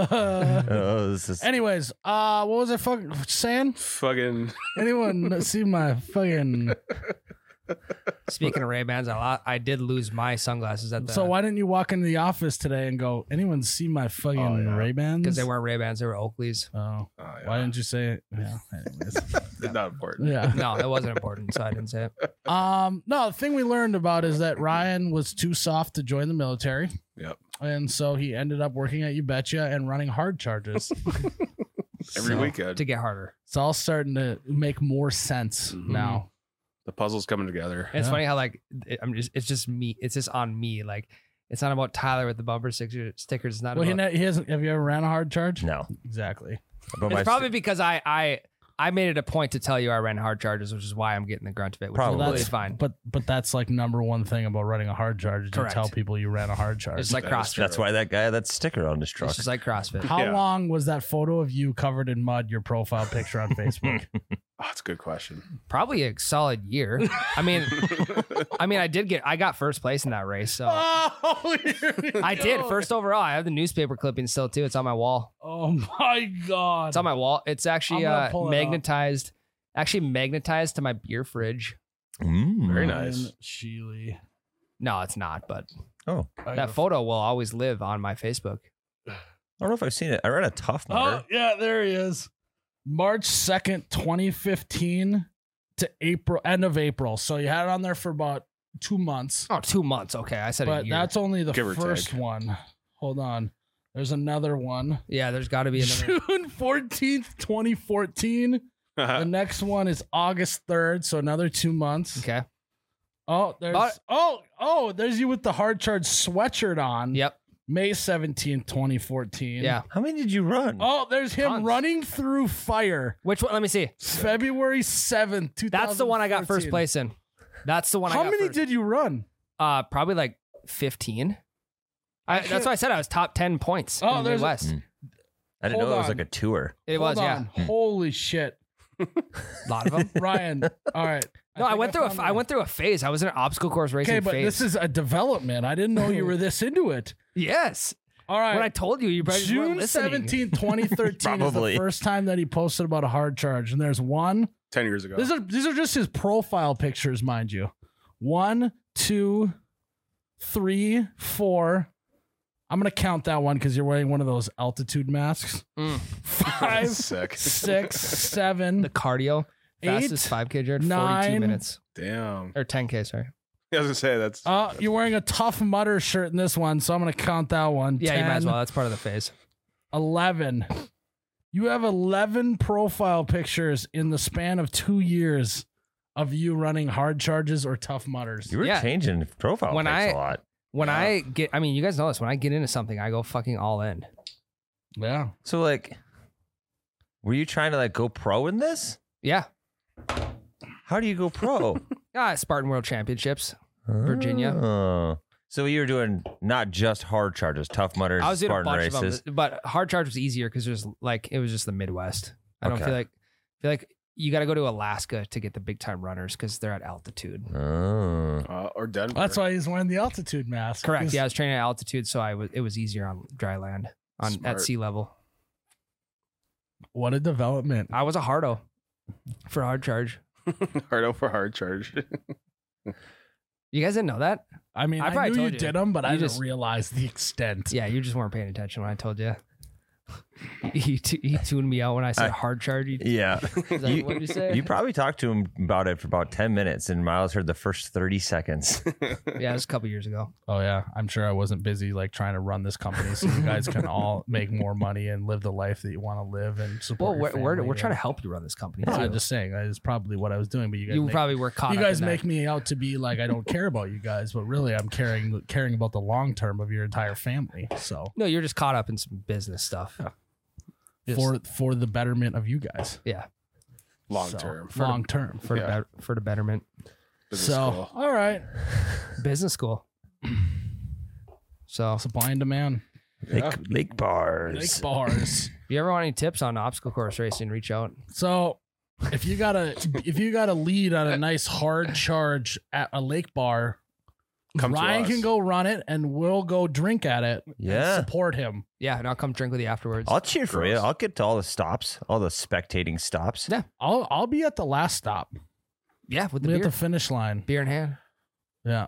S1: Uh,
S4: Oh, this is
S1: anyways, uh, what was I fucking saying?
S3: fucking. oh,
S1: Anyone see my fucking?
S2: Speaking of Ray Bans, I, lo- I did lose my sunglasses at the
S1: So why didn't you walk into the office today and go? Anyone see my fucking
S3: Oh, yeah.
S1: Ray Bans?
S2: because they weren't Ray Bans, they were Oakleys.
S1: Oh,
S3: Oh, yeah.
S1: why didn't you say it? Yeah. Anyways.
S3: Not important.
S1: yeah.
S2: No, that wasn't important, so I didn't say it.
S1: Um, no, the thing we learned about is that Ryan was too soft to join the military.
S3: Yep.
S1: And so he ended up working at You Betcha and running hard charges.
S3: Every
S1: So,
S3: weekend,
S2: To get harder.
S1: It's all starting to make more sense
S3: Mhm.
S1: now.
S3: the puzzle's coming together.
S2: And it's
S1: Yeah.
S2: funny how like it- I'm just it's just me. It's just on me. Like it's not about Tyler with the bumper sticker, stickers. It's not
S1: Well, he,
S2: about.
S1: ne- he hasn't. Have you ever ran a hard charge?
S4: no.
S1: Exactly.
S4: But
S2: it's
S4: my
S2: probably because I I I made it a point to tell you I ran hard charges, which is why I'm getting the grunt of it. Which
S4: Probably.
S2: is
S1: Well,
S2: really
S1: that's-
S2: fine.
S1: But but that's like number one thing about running a hard charge. is You
S2: Correct.
S1: tell people you ran a hard charge.
S2: It's like
S3: That is
S2: CrossFit.
S3: true.
S4: that's why that guy had that sticker on his truck.
S2: It's just like CrossFit.
S1: How
S3: Yeah.
S1: long was that photo of you covered in mud? Your profile picture on Facebook.
S3: Oh, that's a good question.
S2: Probably a solid year. I mean, I mean, I did get I got first place in that race, so.
S1: oh, here we
S2: I did
S1: go.
S2: first overall. I have the newspaper clipping still too. It's on my wall.
S1: Oh my god!
S2: It's on my wall. It's actually
S1: I'm gonna
S2: uh,
S1: pull it up.
S2: magnetized, actually magnetized to my beer fridge.
S4: Mm.
S3: Very
S1: Ryan
S3: nice.
S1: Sheely.
S2: No, it's not. But
S4: Oh, I
S1: I
S2: that photo will always live on my Facebook.
S4: don't know if I've seen it. I ran a tough
S1: Oh
S4: motor.
S1: yeah, there he is. March second, twenty fifteen to April, end of April. So you had it on there for about two months,
S2: Oh, two months. Okay, I said a
S1: but
S2: year.
S1: that's only the
S3: Give or
S1: first
S3: take.
S1: one. Hold on, there's another one.
S2: yeah, there's got to be another.
S1: June fourteenth, twenty fourteen.
S3: Uh,
S1: The next one is August third, so another two months.
S2: okay.
S1: Oh, there's
S2: But-
S1: oh oh, there's you with the hard charge sweatshirt on.
S2: Yep.
S1: May seventeenth, twenty fourteen.
S2: Yeah.
S4: How many did you run?
S1: Oh, there's him
S2: Tons.
S1: running through fire.
S2: Which one? Let me see.
S1: February 7th, 2014.
S2: That's the one I got first place in. That's the one. I
S1: How
S2: got
S1: many
S2: first.
S1: did you run?
S2: Uh, probably like fifteen. I, that's why I said I was top ten points
S1: Oh,
S2: in the
S1: there's a-
S2: Midwest.
S4: Mm. I didn't
S1: hold
S4: know it was
S1: on.
S4: like a tour.
S2: it
S1: Hold
S2: was yeah,
S1: on. Holy shit.
S2: a lot of them.
S1: Ryan, all right.
S2: No, I,
S1: think
S2: went through a
S1: found
S2: I
S1: one.
S2: went through a phase. I was in an obstacle course racing
S1: Okay, but
S2: phase.
S1: this is a development. I didn't know you were this into it.
S2: yes.
S1: All right.
S2: When I told you, you probably just weren't
S1: June
S2: listening.
S1: 17th, 2013 is the
S4: Probably.
S1: first time that he posted about a hard charge. And there's one.
S3: Ten years ago.
S1: These are these are just his profile pictures, mind you. One, two, three, four. I'm gonna count that one because you're wearing one of those altitude masks.
S2: Mm.
S1: Five,
S3: sick.
S1: six,
S2: The
S1: seven,
S2: cardio fastest
S1: eight.
S2: five k Jared, forty two
S1: nine-
S2: minutes
S3: Damn.
S2: or ten k. Sorry.
S3: I was gonna say that's
S1: Uh, you're wearing a tough mutter shirt in this one, so I'm gonna count that one.
S2: Yeah, you might as
S1: 10,
S2: well. That's part of the phase.
S1: Eleven. You have eleven profile pictures in the span of two years of you running hard charges or tough mutters.
S4: You were
S2: Yeah.
S4: changing profile
S2: When
S4: pics
S2: I-
S4: a lot.
S2: When
S3: Yeah.
S2: I get, I mean, you guys know this. When I get into something, I go fucking all in.
S1: Yeah.
S4: So like, were you trying to like go pro in this?
S2: Yeah.
S4: How do you go pro?
S2: Ah, Spartan World Championships. Virginia.
S4: Oh. So you were doing not just hard charges, tough mutters,
S2: I was doing
S4: Spartan
S2: a bunch
S4: races.
S2: of them, but hard charge was easier because there's like it was just the Midwest. I don't
S4: Okay.
S2: feel like feel like you got to go to Alaska to get the big time runners because they're at altitude.
S4: Oh.
S3: Uh, or Denver.
S1: That's why he's wearing the altitude mask.
S2: Correct.
S1: 'cause
S2: Yeah, I was training at altitude, so I was it was easier on dry land on
S3: Smart.
S2: at sea level.
S1: What a development.
S2: I was a hardo for hard charge.
S3: hard over hard charge.
S2: You guys didn't know that?
S1: I mean,
S2: I
S1: I,
S2: probably
S1: knew you,
S2: told you.
S1: did them, but I
S2: You
S1: didn't
S2: just-
S1: realize the extent.
S2: Yeah, you just weren't paying attention when I told you. he, tu- he tuned me out when I said
S4: I-
S2: hard charge. He-
S4: Yeah.
S2: he's like,
S4: you-
S2: what did you say?
S4: You probably talked to him about it for about 10 minutes, and Miles heard the first 30 seconds.
S2: yeah, it was a couple years ago.
S1: Oh yeah, I'm sure I wasn't busy like trying to run this company, so you guys can all make more money and live the life that you want to live and support.
S2: Well,
S1: your
S2: we're, we're,
S1: family
S2: we're
S1: and-
S2: trying to help you run this company.
S1: No,
S2: too.
S1: I'm just saying that is probably what I was doing, but you guys,
S2: you
S1: make,
S2: probably were caught.
S1: you
S2: up
S1: guys
S2: in that.
S1: make me out to be like I don't care about you guys, but really I'm caring caring about the long term of your entire family. So
S2: No, you're just caught up in some business stuff. Just-
S1: for for the betterment of you guys,
S2: yeah,
S3: Long
S1: So,
S3: term.
S1: long term.
S2: for
S3: Yeah.
S2: the, bet- for the betterment.
S3: Business
S1: So
S3: school.
S1: all right,
S2: Business school. So,
S1: supply and demand,
S3: Yeah.
S4: Lake, lake bars.
S1: Lake bars.
S2: if you ever want any tips on obstacle course racing, reach out.
S1: So if you got a if you got a lead on a nice hard charge at a lake bar,
S3: Come to
S1: Ryan
S3: us.
S1: can go run it and we'll go drink at it. and
S4: Yeah.
S1: support him.
S2: Yeah, and I'll come drink with you afterwards.
S4: I'll cheer for you.
S3: Gross.
S4: I'll get to all the stops, all the spectating stops.
S2: Yeah.
S1: I'll I'll be at the last stop.
S2: yeah, with the
S1: Be at
S2: beer,
S1: the finish line.
S2: beer in hand.
S1: Yeah.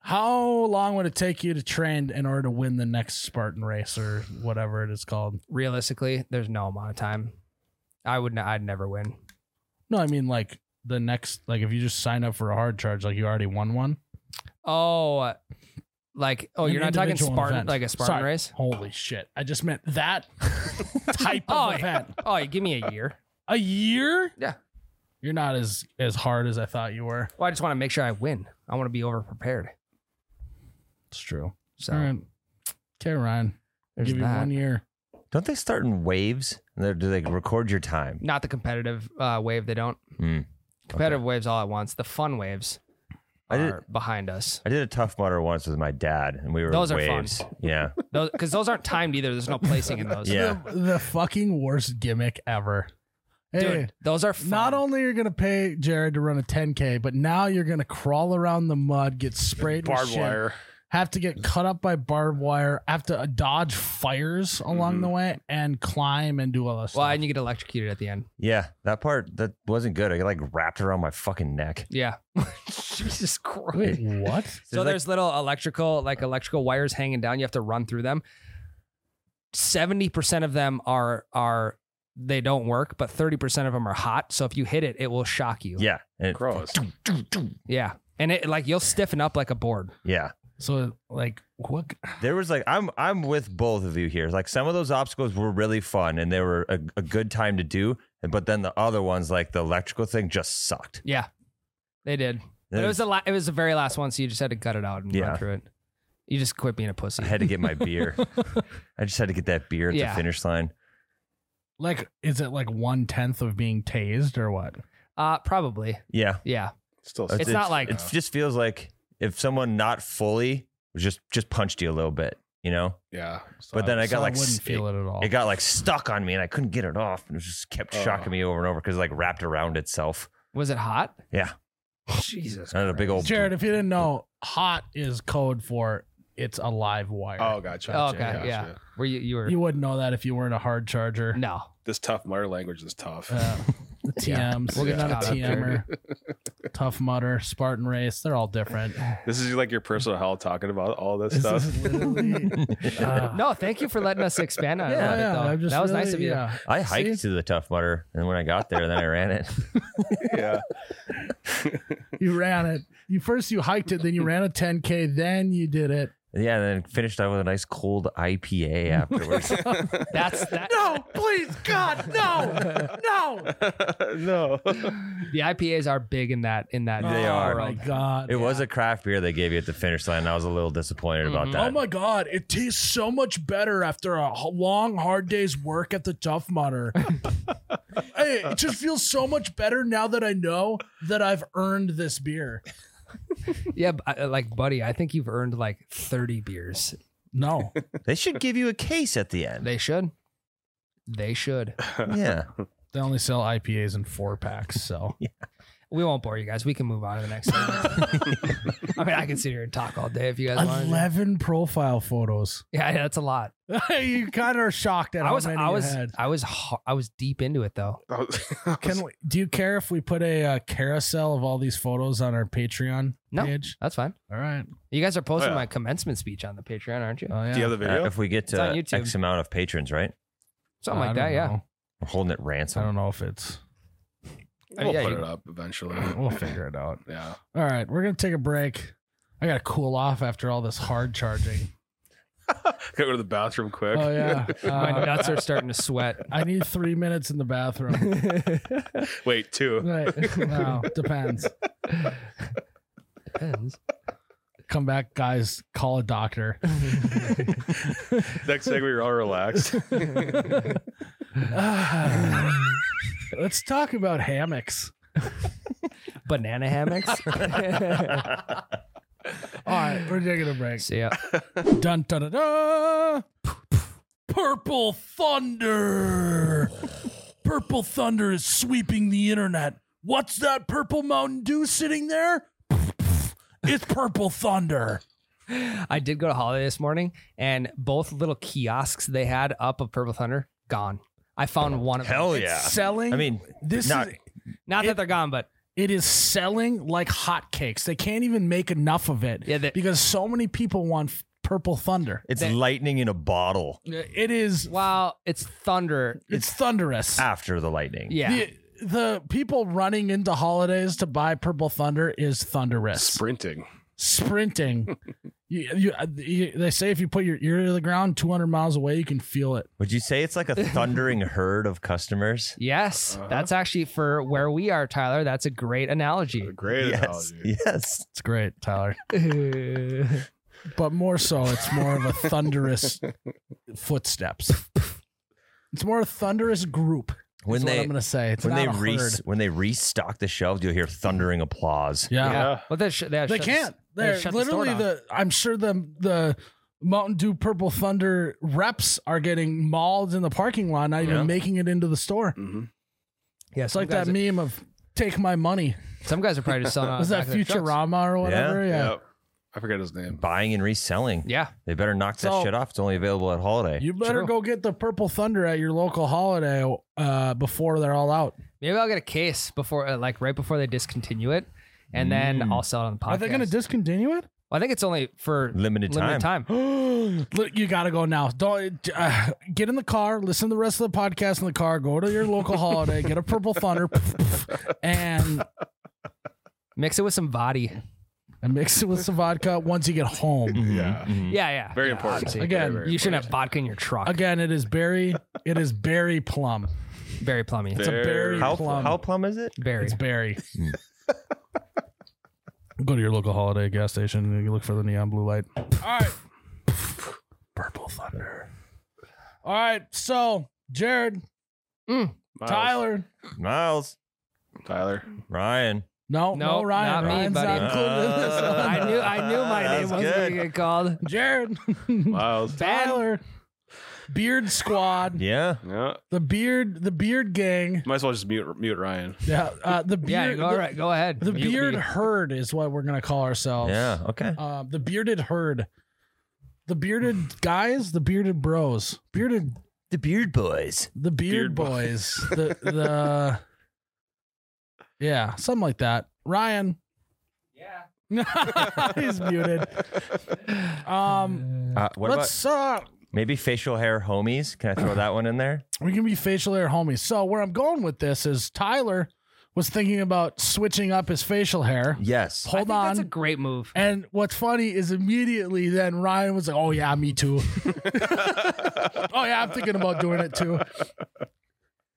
S1: How long would it take you to train in order to win the next Spartan race or whatever it is called?
S2: Realistically, there's no amount of time. I would. N- I'd never win.
S1: No, I mean like the next like if you just sign up for a hard charge like you already won one.
S2: Oh, uh, like oh,
S1: An
S2: you're not talking
S1: individual
S2: Spartan,
S1: event.
S2: like a Spartan
S1: Sorry.
S2: race.
S1: Holy shit. I just meant that type
S2: Oh,
S1: of
S2: yeah.
S1: event.
S2: Oh, you give me a year.
S1: A year?
S2: Yeah.
S1: You're not as as hard as I thought you were.
S2: Well, I just want to make sure I win. I want to be over prepared.
S1: It's true.
S2: So
S1: All right. Okay, Ryan.
S2: there's
S1: give you
S2: that.
S1: one year.
S4: Don't they start in waves? They're- Do they record your time?
S2: Not the competitive uh, wave. They don't.
S4: Hmm.
S2: Competitive waves all at once. The fun waves
S4: I did-
S2: are behind us.
S4: I did a tough mutter once with my dad, and we were
S2: Those are fun.
S4: waves. Yeah.
S2: Because those, aren't timed either. There's no placing in those.
S4: Yeah.
S1: The, the fucking worst gimmick ever. Hey,
S2: Dude, those are fun.
S1: not only you're gonna pay Jared to run a 10k, but now you're gonna crawl around the mud, get sprayed with
S3: Barbed
S1: shit,
S3: wire.
S1: have to get cut up by barbed wire, have to uh, dodge fires along
S3: Mhm.
S1: the way, and climb and do all this.
S2: Mm-hmm. Well,
S1: stuff.
S2: and you get electrocuted at the end.
S4: Yeah. That part, that wasn't good. I got like wrapped around my fucking neck.
S2: Yeah. Jesus Christ.
S1: Wait, what?
S2: So
S4: There's, like-
S2: there's little electrical, like electrical wires hanging down. You have to run through them. Seventy percent of them are are they don't work, but thirty percent of them are hot. So if you hit it, it will shock you.
S4: Yeah. And it-
S3: Gross.
S2: yeah, and it like you'll stiffen up like a board.
S4: yeah.
S1: So like what?
S4: There was like I'm I'm with both of you here. Like some of those obstacles were really fun and they were a, a good time to do, but then the other ones like the electrical thing just sucked.
S2: Yeah, they did. But it was the la- it was the very last one, so you just had to gut it out and
S4: Yeah.
S2: run through it. You just quit being a pussy.
S4: I had to get my beer. I just had to get that beer at
S2: Yeah.
S4: the finish line.
S1: Like is it like one tenth of being tased or what?
S2: Uh probably.
S4: Yeah.
S2: Yeah.
S3: Still
S2: It's not like-
S4: it just feels like if someone not fully just just punched you a little bit, you know?
S3: yeah.
S4: But then I
S1: So
S4: got like
S1: wouldn't
S4: s-
S1: feel
S4: it,
S1: it at all.
S4: it got like stuck on me and I couldn't get it off and it just kept shocking
S3: Oh.
S4: me over and over because like wrapped around itself.
S2: Was it hot?
S4: Yeah.
S2: Jesus.
S4: I had a big old
S1: Jared, if you didn't know, hot is code for it's a live wire.
S3: Oh, gotcha.
S2: Oh, okay,
S3: Gotcha.
S2: yeah. Were you you were
S1: You wouldn't know that if you weren't a hard charger.
S2: No.
S3: This tough mutter language is tough.
S1: Uh, the
S2: Yeah.
S1: TMs.
S2: We'll get
S1: not
S2: caught
S1: a
S2: up
S1: TMer. Tough Mudder, Spartan Race. They're all different.
S3: this is like your personal hell talking about all this, stuff.
S1: This is literally. uh,
S2: No, thank you for letting us expand on
S1: yeah,
S2: it.
S1: yeah,
S2: though.
S1: I'm just
S2: that was
S1: really-
S2: nice of you.
S1: Yeah.
S4: I hiked
S1: See?
S4: to the Tough Mudder, and when I got there, then I ran it.
S3: yeah.
S1: You ran it. You first you hiked it, then you ran a 10k, then you did it.
S4: Yeah, and then finished up with a nice cold IPA afterwards.
S2: That's that.
S1: No, please, God, no, no.
S3: no.
S2: The IPAs are big in that in that.
S4: They are.
S1: Oh my
S2: world.
S1: God.
S4: it was a craft beer they gave you at the finish line, and I was a little disappointed about
S2: Mhm.
S4: that.
S1: Oh my God! It tastes so much better after a h- long, hard day's work at the Tough Mudder. hey, it just feels so much better now that I know that I've earned this beer.
S2: yeah, but I- like buddy, I think you've earned like 30 beers.
S1: No.
S4: They should give you a case at the end.
S2: They should. They should.
S4: Yeah.
S1: They only sell IPAs in four packs, so
S2: We won't bore you guys. We can move on to the next one. I mean, I can sit here and talk all day if you guys want. to.
S1: eleven profile photos.
S2: Yeah, yeah, that's a lot.
S1: you kind of are shocked at
S2: I
S1: how
S2: was,
S1: many
S2: I
S1: you
S2: was,
S1: had.
S2: I was, ho- I was deep into it though.
S3: I was- I was-
S1: Can we, do you care if we put a uh, carousel of all these photos on our Patreon
S2: No.
S1: page?
S2: That's fine.
S1: All right.
S2: You guys are posting
S3: Oh, yeah.
S2: my commencement speech on the Patreon, aren't you?
S1: Oh yeah.
S3: do you have the video?
S4: Uh, if we get
S2: It's on
S4: to
S2: YouTube.
S4: X amount of patrons, right?
S2: Something
S1: I
S2: like
S1: don't
S2: that. Yeah.
S1: know.
S4: We're holding it
S1: I
S4: ransom.
S1: don't know if it's. Oh,
S3: we'll
S2: yeah,
S3: put
S2: you-
S3: it up eventually.
S1: We'll figure it out.
S3: Yeah.
S1: All right, we're gonna take a break. I gotta cool off after all this hard charging.
S3: Go to the bathroom quick.
S1: Oh yeah.
S2: My
S1: Uh,
S2: nuts are starting to sweat.
S1: I need three minutes in the bathroom.
S3: Wait, two.
S1: Right. No, depends.
S2: Depends.
S1: Come back, guys. Call a doctor.
S3: Next thing we were all relaxed.
S1: Ah. Let's talk about hammocks.
S2: Banana hammocks.
S1: All right, we're taking a break.
S2: so, yeah.
S1: Dun dun dun. dun. Purple thunder. purple thunder is sweeping the internet. What's that purple Mountain Dew sitting there? It's purple thunder.
S2: I did go to Holiday this morning, and both little kiosks they had up of Purple Thunder gone. I found one of
S4: Hell
S2: them.
S4: yeah.
S1: Selling.
S4: I mean,
S1: this
S4: not-
S1: is
S2: Not that they're gone, but
S1: it is selling like hotcakes. They can't even make enough of it
S2: Yeah, they-
S1: because so many people want f- purple thunder.
S4: it's
S2: They-
S4: lightning in a bottle
S1: It is.
S2: wow, it's thunder.
S1: It's thunderous.
S4: after the lightning.
S2: Yeah.
S1: The, the people running into holidays to buy Purple Thunder is thunderous.
S3: Sprinting.
S1: Sprinting. you, you, uh, you- they say if you put your ear to the ground 200 miles away, you can feel it.
S4: Would you say it's like a thundering herd of customers?
S2: yes,
S3: Uh-huh.
S2: that's actually for where we are, Tyler. That's a great analogy.
S3: Great
S4: yes.
S3: analogy.
S4: Yes.
S1: It's great, Tyler.
S2: yeah,
S1: But more so, it's more of a thunderous footsteps. It's more a thunderous group.
S4: When
S1: is what
S4: they
S1: I'm going to say. It's
S4: when
S1: not
S4: they
S1: a
S4: re-
S1: herd.
S4: when they restock the shelves, you'll hear thundering applause.
S1: Yeah.
S3: Yeah.
S2: but they, sh-
S1: They
S2: they, shut the-
S1: can't.
S2: they
S1: They're
S2: shut the store
S1: literally
S2: down.
S1: the, I'm sure the the Mountain Dew Purple Thunder reps are getting mauled in the parking lot, not
S4: Yeah.
S1: even making it into the store.
S2: Mm-hmm.
S3: hmm
S2: Yeah,
S1: It's
S2: some
S1: like
S2: guys
S1: that meme of "Take my money."
S2: Are, some guys are probably just selling out.
S1: Was
S2: the
S1: that
S2: back of their trucks.
S1: Futurama or whatever? Yeah.
S3: Yeah. I forget his name.
S4: Buying and reselling.
S2: Yeah,
S4: They better knock that
S1: So-
S4: shit off. It's only available at holiday.
S1: You better
S2: True.
S1: go get the Purple Thunder at your local holiday uh, before they're all out.
S2: maybe I'll get a case before, uh, like right before they discontinue it, and then I'll sell it on the podcast.
S1: Mm. Are they going to discontinue it?
S2: Well, I think it's only for
S4: Limited
S2: limited time.
S1: Look, you got to go now. Don't uh, get in the car, listen to the rest of the podcast in the car, go to your local holiday, get a Purple Thunder, and
S2: Mix it with some body.
S1: Mm. and mix it with some vodka once you get home.
S4: Mhm,
S3: Yeah.
S4: mhm.
S2: Yeah, yeah.
S3: Very
S2: Yeah,
S3: important.
S2: obviously.
S1: Again,
S3: Very, very
S2: You shouldn't have
S3: important.
S2: vodka in your truck.
S1: Again, it is berry. It is berry plum.
S2: Barry Plummy. It's
S1: a berry.
S4: How how plum is it?
S2: a Barry.
S1: It's berry. Go to your local holiday gas station and you look for the neon blue light. All right. Purple thunder. All right. So, Jared,
S3: Miles.
S1: Tyler.
S4: Miles,
S3: Tyler.
S4: Ryan.
S1: No, no,
S2: Nope, not
S1: Ryan.
S2: me,
S1: Ryan's
S2: buddy.
S1: not included in this
S4: Uh,
S1: one.
S2: I knew I knew my name
S4: That's
S2: wasn't
S4: good.
S2: gonna get called.
S1: Jared,
S3: Miles.
S1: Tyler, Beard Squad,
S4: Yeah.
S3: Yeah.
S1: the Beard, the Beard Gang.
S3: Might as well just mute mute Ryan.
S1: Yeah, uh, the beard.
S2: Yeah, go,
S1: the-
S2: all right, go ahead.
S1: The
S2: Mute
S1: beard
S2: me.
S1: herd is what we're gonna call ourselves.
S4: Yeah. Okay.
S1: Uh, the bearded herd. The bearded guys, the bearded bros, bearded
S4: The Beard Boys.
S1: the beard,
S3: Beard
S1: boys, the the yeah, something like that. Ryan, yeah, he's muted. Um,
S4: Uh, what
S1: let's uh,
S4: about maybe facial hair homies? Can I throw that one in there?
S1: we can be facial hair homies. So where I'm going with this is Tyler was thinking about switching up his facial hair.
S4: Yes.
S2: I
S1: Hold
S2: think
S1: on,
S2: That's a great move.
S1: And what's funny is immediately then Ryan was like, "Oh yeah, me too." oh yeah, I'm thinking about doing it too.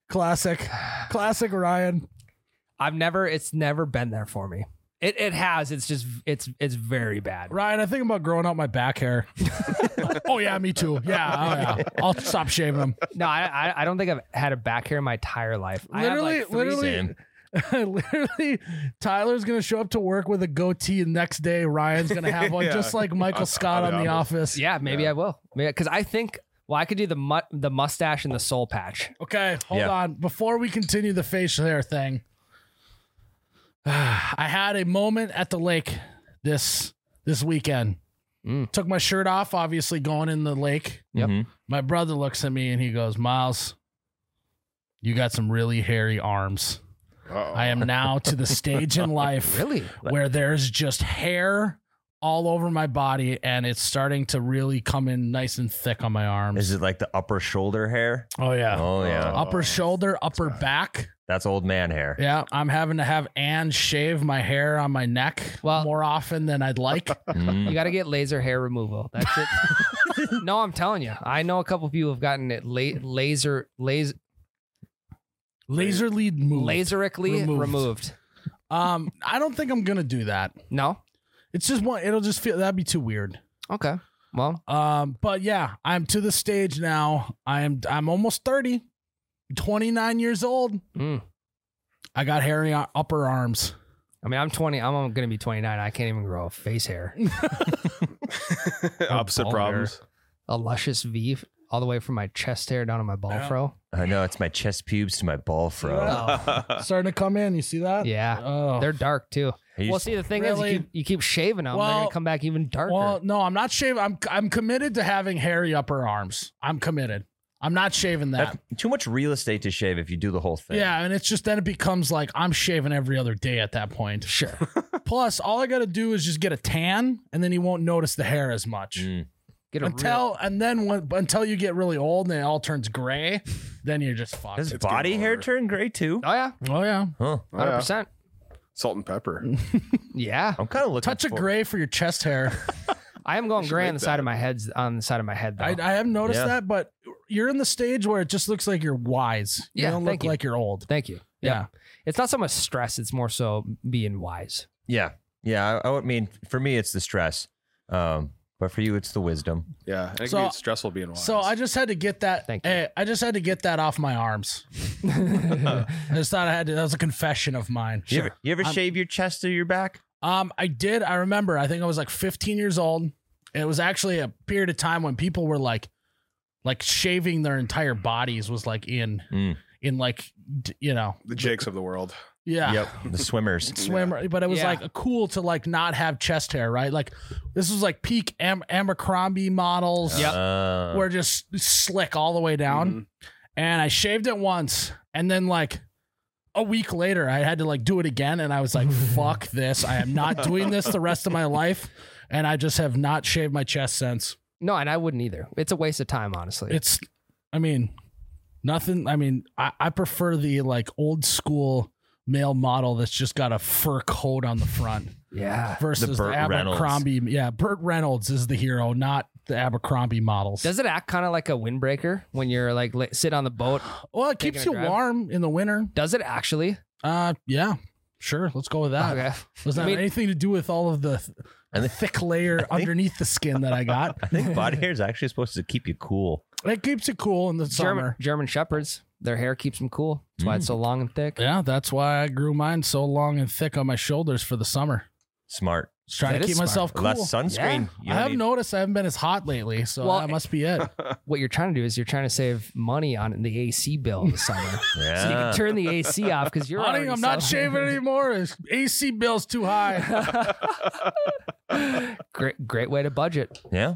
S1: Classic, classic Ryan.
S2: I've never it's never been there for me. It it has. It's just it's it's very bad.
S1: Ryan, I think about growing out my back hair. oh yeah, me too. Yeah, oh, yeah. I'll stop shaving them.
S2: No, I, I I don't think I've had a back hair in my entire life. I have
S1: Literally,
S2: like three-
S1: literally,
S4: Same.
S1: literally, Tyler's gonna show up to work with a goatee, and next day Ryan's gonna have one,
S3: Yeah.
S1: just like Michael
S3: On-
S1: Scott
S3: on
S1: on
S3: The
S1: The Office.
S2: Yeah, maybe I will. Because I think, well, I could do the mu- the mustache and the soul patch.
S1: Okay, hold
S4: Yeah.
S1: on. Before we continue the facial hair thing, I had a moment at the lake this this weekend.
S2: Mm.
S1: Took my shirt off, obviously going in the lake.
S2: Yep.
S4: Mhm.
S1: My brother looks at me and he goes, "Miles, you got some really hairy arms." I am now to the stage in life
S2: Really?
S1: where there's just hair all over my body and it's starting to really come in nice and thick on my arms.
S4: Is it like the upper shoulder hair?
S1: oh yeah.
S4: Oh yeah,
S1: upper shoulder, upper back.
S4: that's old man hair.
S1: Yeah, I'm having to have Anne shave my hair on my neck
S2: Well-
S1: more often than I'd like.
S4: Mm.
S2: You got to get laser hair removal. That's it. no, I'm telling you. I know a couple of people have gotten it la- laser, laser,
S1: Laser lead move.
S2: laserically
S1: Removed.
S2: removed.
S1: Um, I don't think I'm gonna do that.
S2: No?
S1: It's just one. It'll just feel that'd be too weird.
S2: Okay. Well,
S1: Um, but yeah, I'm to the stage now. I am. I'm almost 30, 29 years old.
S2: mm.
S1: I got hairy ar- upper arms.
S2: I mean, I'm 20. I'm going to be 29. I can't even grow a face hair.
S3: Opposite
S2: Ball
S3: problems.
S2: A luscious V f- all the way from my chest hair down to my ball
S1: Yeah.
S2: fro.
S4: I know it's my chest pubes to my ball fro.
S3: Oh, Uh.
S1: Starting to come in. You see that?
S2: Yeah.
S1: Oh.
S2: They're dark too.
S4: Are you
S2: well,
S4: s-
S2: see, the thing is,
S1: Really?
S2: you keep, you keep shaving them, they're
S1: Well-
S2: gonna come back even darker.
S1: Well, no, I'm not shaving. I'm I'm committed to having hairy upper arms. I'm committed. I'm not shaving that.
S4: that's too much real estate to shave if you do the whole thing.
S1: Yeah, and it's just then it becomes like I'm shaving every other day at that point.
S2: sure.
S1: Plus, all I got to do is just get a tan, and then you won't notice the hair as much
S4: Mm.
S2: Get a real,
S1: until and then when, but until you get really old and it all turns gray, then you're just fucked.
S4: Does
S3: It's
S4: body
S3: game
S4: hair
S3: over.
S4: turn gray too?
S2: oh yeah,
S1: oh yeah,
S4: Huh.
S3: Oh,
S2: hundred
S3: yeah.
S2: percent.
S3: Salt and pepper.
S2: Mm-hmm. Yeah,
S4: I'm kind of looking.
S1: touch of
S4: for-
S1: gray for your chest hair.
S2: I am going gray on the
S3: make
S2: side of my head's on the side of my head though.
S1: I, I have noticed
S4: Yeah.
S1: that, but you're in the stage where it just looks like you're wise. You
S2: Yeah,
S1: don't
S2: thank
S1: look
S2: you.
S1: like you're old.
S2: Thank you.
S1: Yeah.
S2: it's not so much stress; it's more so being wise.
S4: Yeah, yeah. I, I would mean, for me, it's the stress, um, but for you, it's the wisdom.
S3: Yeah. And it
S1: So-
S3: can be stressful being wise.
S1: So I just had to get that.
S2: Thank you.
S1: eh, I just had to get that off my arms. I just thought I had to. That was a confession of mine.
S4: You ever, you ever
S1: I'm-
S4: shave your chest or your back?
S1: Um, I did. I remember. I think I was like 15 years old. It was actually a period of time when people were like, like shaving their entire bodies was like in,
S4: Mm.
S1: in like, d- you know,
S3: the Jakes of the world.
S1: yeah,
S4: Yep, the swimmers.
S1: swimmer. But it was
S2: Yeah.
S1: like cool to like not have chest hair, right? Like this was like peak Am- Abercrombie models.
S2: Yep.
S4: Uh,
S1: Were just slick all the way down.
S4: Mm-hmm.
S3: Mhm.
S1: And I shaved it once, and then like. A week later, I had to like do it again, and I was like, "Fuck this! I am not doing this the rest of my life." And I just have not shaved my chest since.
S2: no, and I wouldn't either. It's a waste of time, honestly.
S1: It's, I mean, nothing. I mean, I, I prefer the like old school male model that's just got a fur coat on the front
S2: yeah.
S1: versus the,
S4: Burt Reynolds.
S1: Abercrombie. Yeah, Burt Reynolds is the hero, not the Abercrombie models.
S2: Does it act kind of like a windbreaker when you're like li- sit on the boat?
S1: well, it
S2: taking
S1: keeps
S2: a
S1: you
S2: drive?
S1: warm in the winter.
S2: Does it actually?
S1: Uh, yeah, sure. Let's go with that.
S2: Okay.
S1: Does that
S2: I mean-
S1: have anything to do with all of the th-
S4: And the-
S1: thick layer underneath the skin that I got?
S4: I think body hair is actually supposed to keep you cool.
S1: It keeps it cool in the
S2: German
S1: summer. Mm.
S2: German shepherds, their hair keeps them cool. That's why it's so long and thick.
S1: Yeah, that's why I grew mine so long and thick on my shoulders for the summer.
S4: Smart.
S1: Just trying
S2: That
S1: to
S2: is
S1: keep
S2: smart.
S1: myself cool.
S4: Less sunscreen. You
S1: I
S4: don't
S1: have
S4: need-
S1: noticed I haven't been as hot lately, so
S2: Well,
S1: that must be it.
S2: What you're trying to do is you're trying to save money on the AC bill this summer. So you
S4: Yeah.
S2: can turn the AC off because you're.
S1: Honey,
S2: already
S1: I'm not
S2: suffering.
S1: shaving anymore. It's- AC bill's too high.
S2: great, great way to budget.
S4: yeah.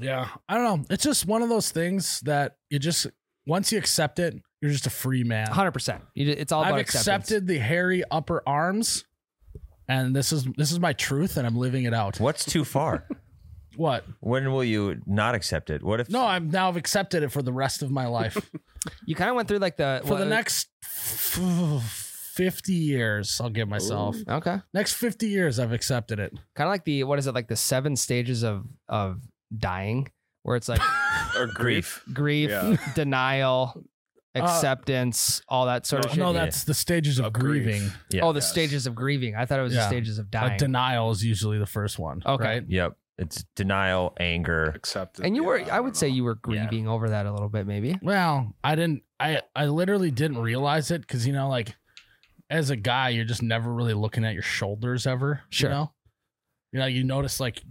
S1: yeah, I don't know. It's just one of those things that you just once you accept it, you're just a free man.
S2: 100. percent It's all about
S1: I've
S2: acceptance.
S1: accepted the hairy upper arms, and this is this is my truth, and I'm living it out.
S4: What's too far?
S1: What?
S4: when will you not accept it? What if?
S1: No, I'm now I've accepted it for the rest of my life.
S2: You kind of went through like the
S1: for the next f- fifty years, I'll give myself
S2: Okay,
S1: next fifty years. I've accepted it.
S2: kind of like the what is it like the seven stages of of dying, where it's like
S3: or grief.
S2: grief,
S3: Yeah.
S2: denial, acceptance, all that sort of shit.
S1: Uh, No,
S4: Yeah.
S1: that's the stages of
S3: Of grief.
S1: grieving.
S4: Yeah.
S2: oh, the
S3: Yes.
S2: stages of grieving. I thought it was
S1: Yeah.
S2: the stages of dying.
S1: Like denial is usually the first one.
S2: Okay.
S1: right?
S4: Yep. It's denial, anger.
S3: Accepted.
S2: and you
S3: Yeah,
S2: were,
S3: don't
S2: I, would say,
S3: know.
S2: you were grieving over that a little bit, maybe.
S1: Well, I didn't. I I literally didn't realize it because you know, like as a guy, you're just never really looking at your shoulders ever.
S2: Sure.
S1: You know, you, know, you notice like,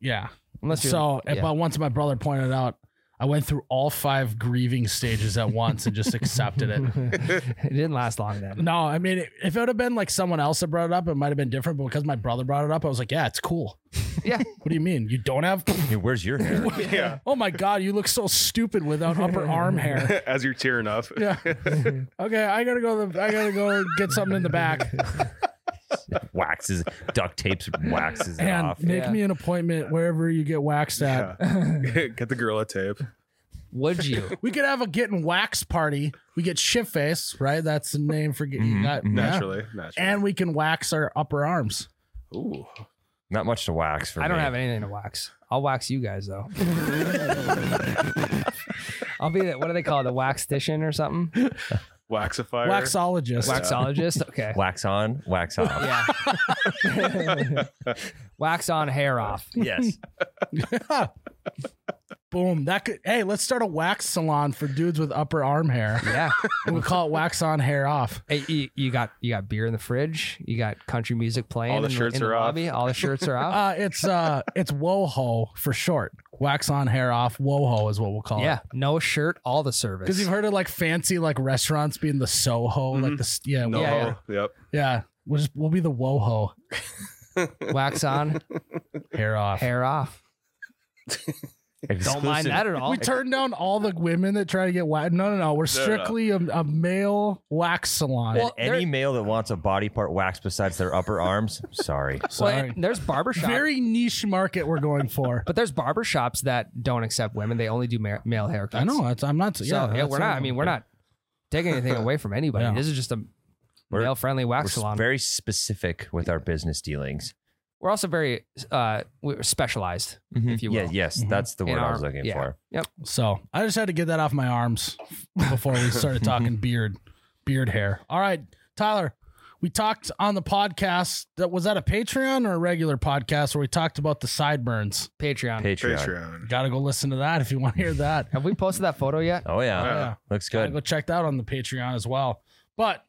S1: yeah.
S2: Unless you're
S1: so,
S2: yeah.
S1: but once my brother pointed out, I went through all five grieving stages at once and just accepted it.
S2: it didn't last long then.
S1: No, I mean, if it would have been like someone else that brought it up, it might have been different. But because my brother brought it up, I was like, yeah, it's cool.
S2: Yeah.
S1: What do you mean? You don't have?
S4: Hey, where's your hair?
S3: yeah.
S1: Oh my God, you look so stupid without upper arm hair.
S3: As you're tearing up.
S1: Yeah. Okay, I gotta go. To the, I gotta go get something in the back
S4: waxes, duct tapes, waxes it
S1: and
S4: off.
S1: make
S2: Yeah.
S1: me an appointment wherever you get waxed at.
S3: Yeah. Get the gorilla tape.
S2: Would you?
S1: We could have a getting waxed party. We get shit face, right? That's the name for getting
S4: Mhm,
S1: that-
S4: mhm.
S1: yeah.
S3: Mm-hmm. Naturally. Naturally.
S1: And we can wax our upper arms.
S3: Ooh.
S4: Not much to wax for
S2: I don't
S4: me.
S2: have anything to wax. I'll wax you guys though. I'll be the, what do they call it? The waxtician or something?
S3: Waxifier.
S1: Waxologist.
S2: Waxologist? Okay.
S4: Wax on, wax off.
S2: Yeah. wax on, hair off.
S4: yes.
S1: Boom. That could. Hey, let's start a wax salon for dudes with upper arm hair.
S2: Yeah.
S1: And we call it wax on, hair off.
S2: Hey, you, you got you got beer in the fridge. You got country music playing.
S3: All the
S2: in
S3: shirts
S2: in
S3: are
S2: the
S3: off.
S2: lobby. All the shirts are off.
S1: Uh, it's uh, it's WoHo for short. Wax on, hair off. WoHo is what we'll call it.
S2: yeah. No shirt. All the service.
S1: Because you've heard of like fancy like restaurants being the Soho, like the s- yeah,
S3: No.
S1: yeah,
S2: Yeah,
S3: Oh, Yep.
S1: yeah. We'll just we'll be the WoHo
S2: wax on,
S1: hair off.
S2: hair off. Don't mind
S4: Exclusive-
S2: that at all.
S1: We turned down all the women that try to get wax. No, no, no. We're
S3: no.
S1: strictly A, a male wax salon.
S2: Well,
S4: Any male that wants a body part waxed besides their upper arms, sorry.
S2: Well,
S1: Sorry.
S2: and there's barbershop.
S1: Very niche market we're going for.
S2: but there's barbershops that don't accept women. They only do ma- male haircuts.
S1: I know. That's, I'm not.
S2: So,
S1: yeah,
S2: yeah,
S1: that's-
S2: we're not. I mean, we're not taking anything away from anybody.
S1: Yeah.
S2: This is just a
S4: We're-
S2: male friendly
S4: We're
S2: wax
S4: s-
S2: salon.
S4: very specific with our business dealings.
S2: we're also very uh, we're specialized, if you will.
S4: Yeah, yes,
S1: Mhm.
S4: that's the
S2: Mm-hmm. In
S4: word I
S2: our-
S4: was looking
S2: yeah.
S4: for.
S1: So I just had to get that off my arms before we started talking beard, beard hair. All right, Tyler, we talked on the podcast that was that a Patreon or a regular podcast where we talked about the sideburns.
S2: Patreon.
S4: Patreon.
S3: Patreon.
S1: Got to go listen to that if you want to hear that.
S2: Have we posted that photo yet?
S4: Oh yeah.
S3: Yeah.
S4: Looks
S1: Gotta
S4: good.
S1: go check that out on the Patreon as well. But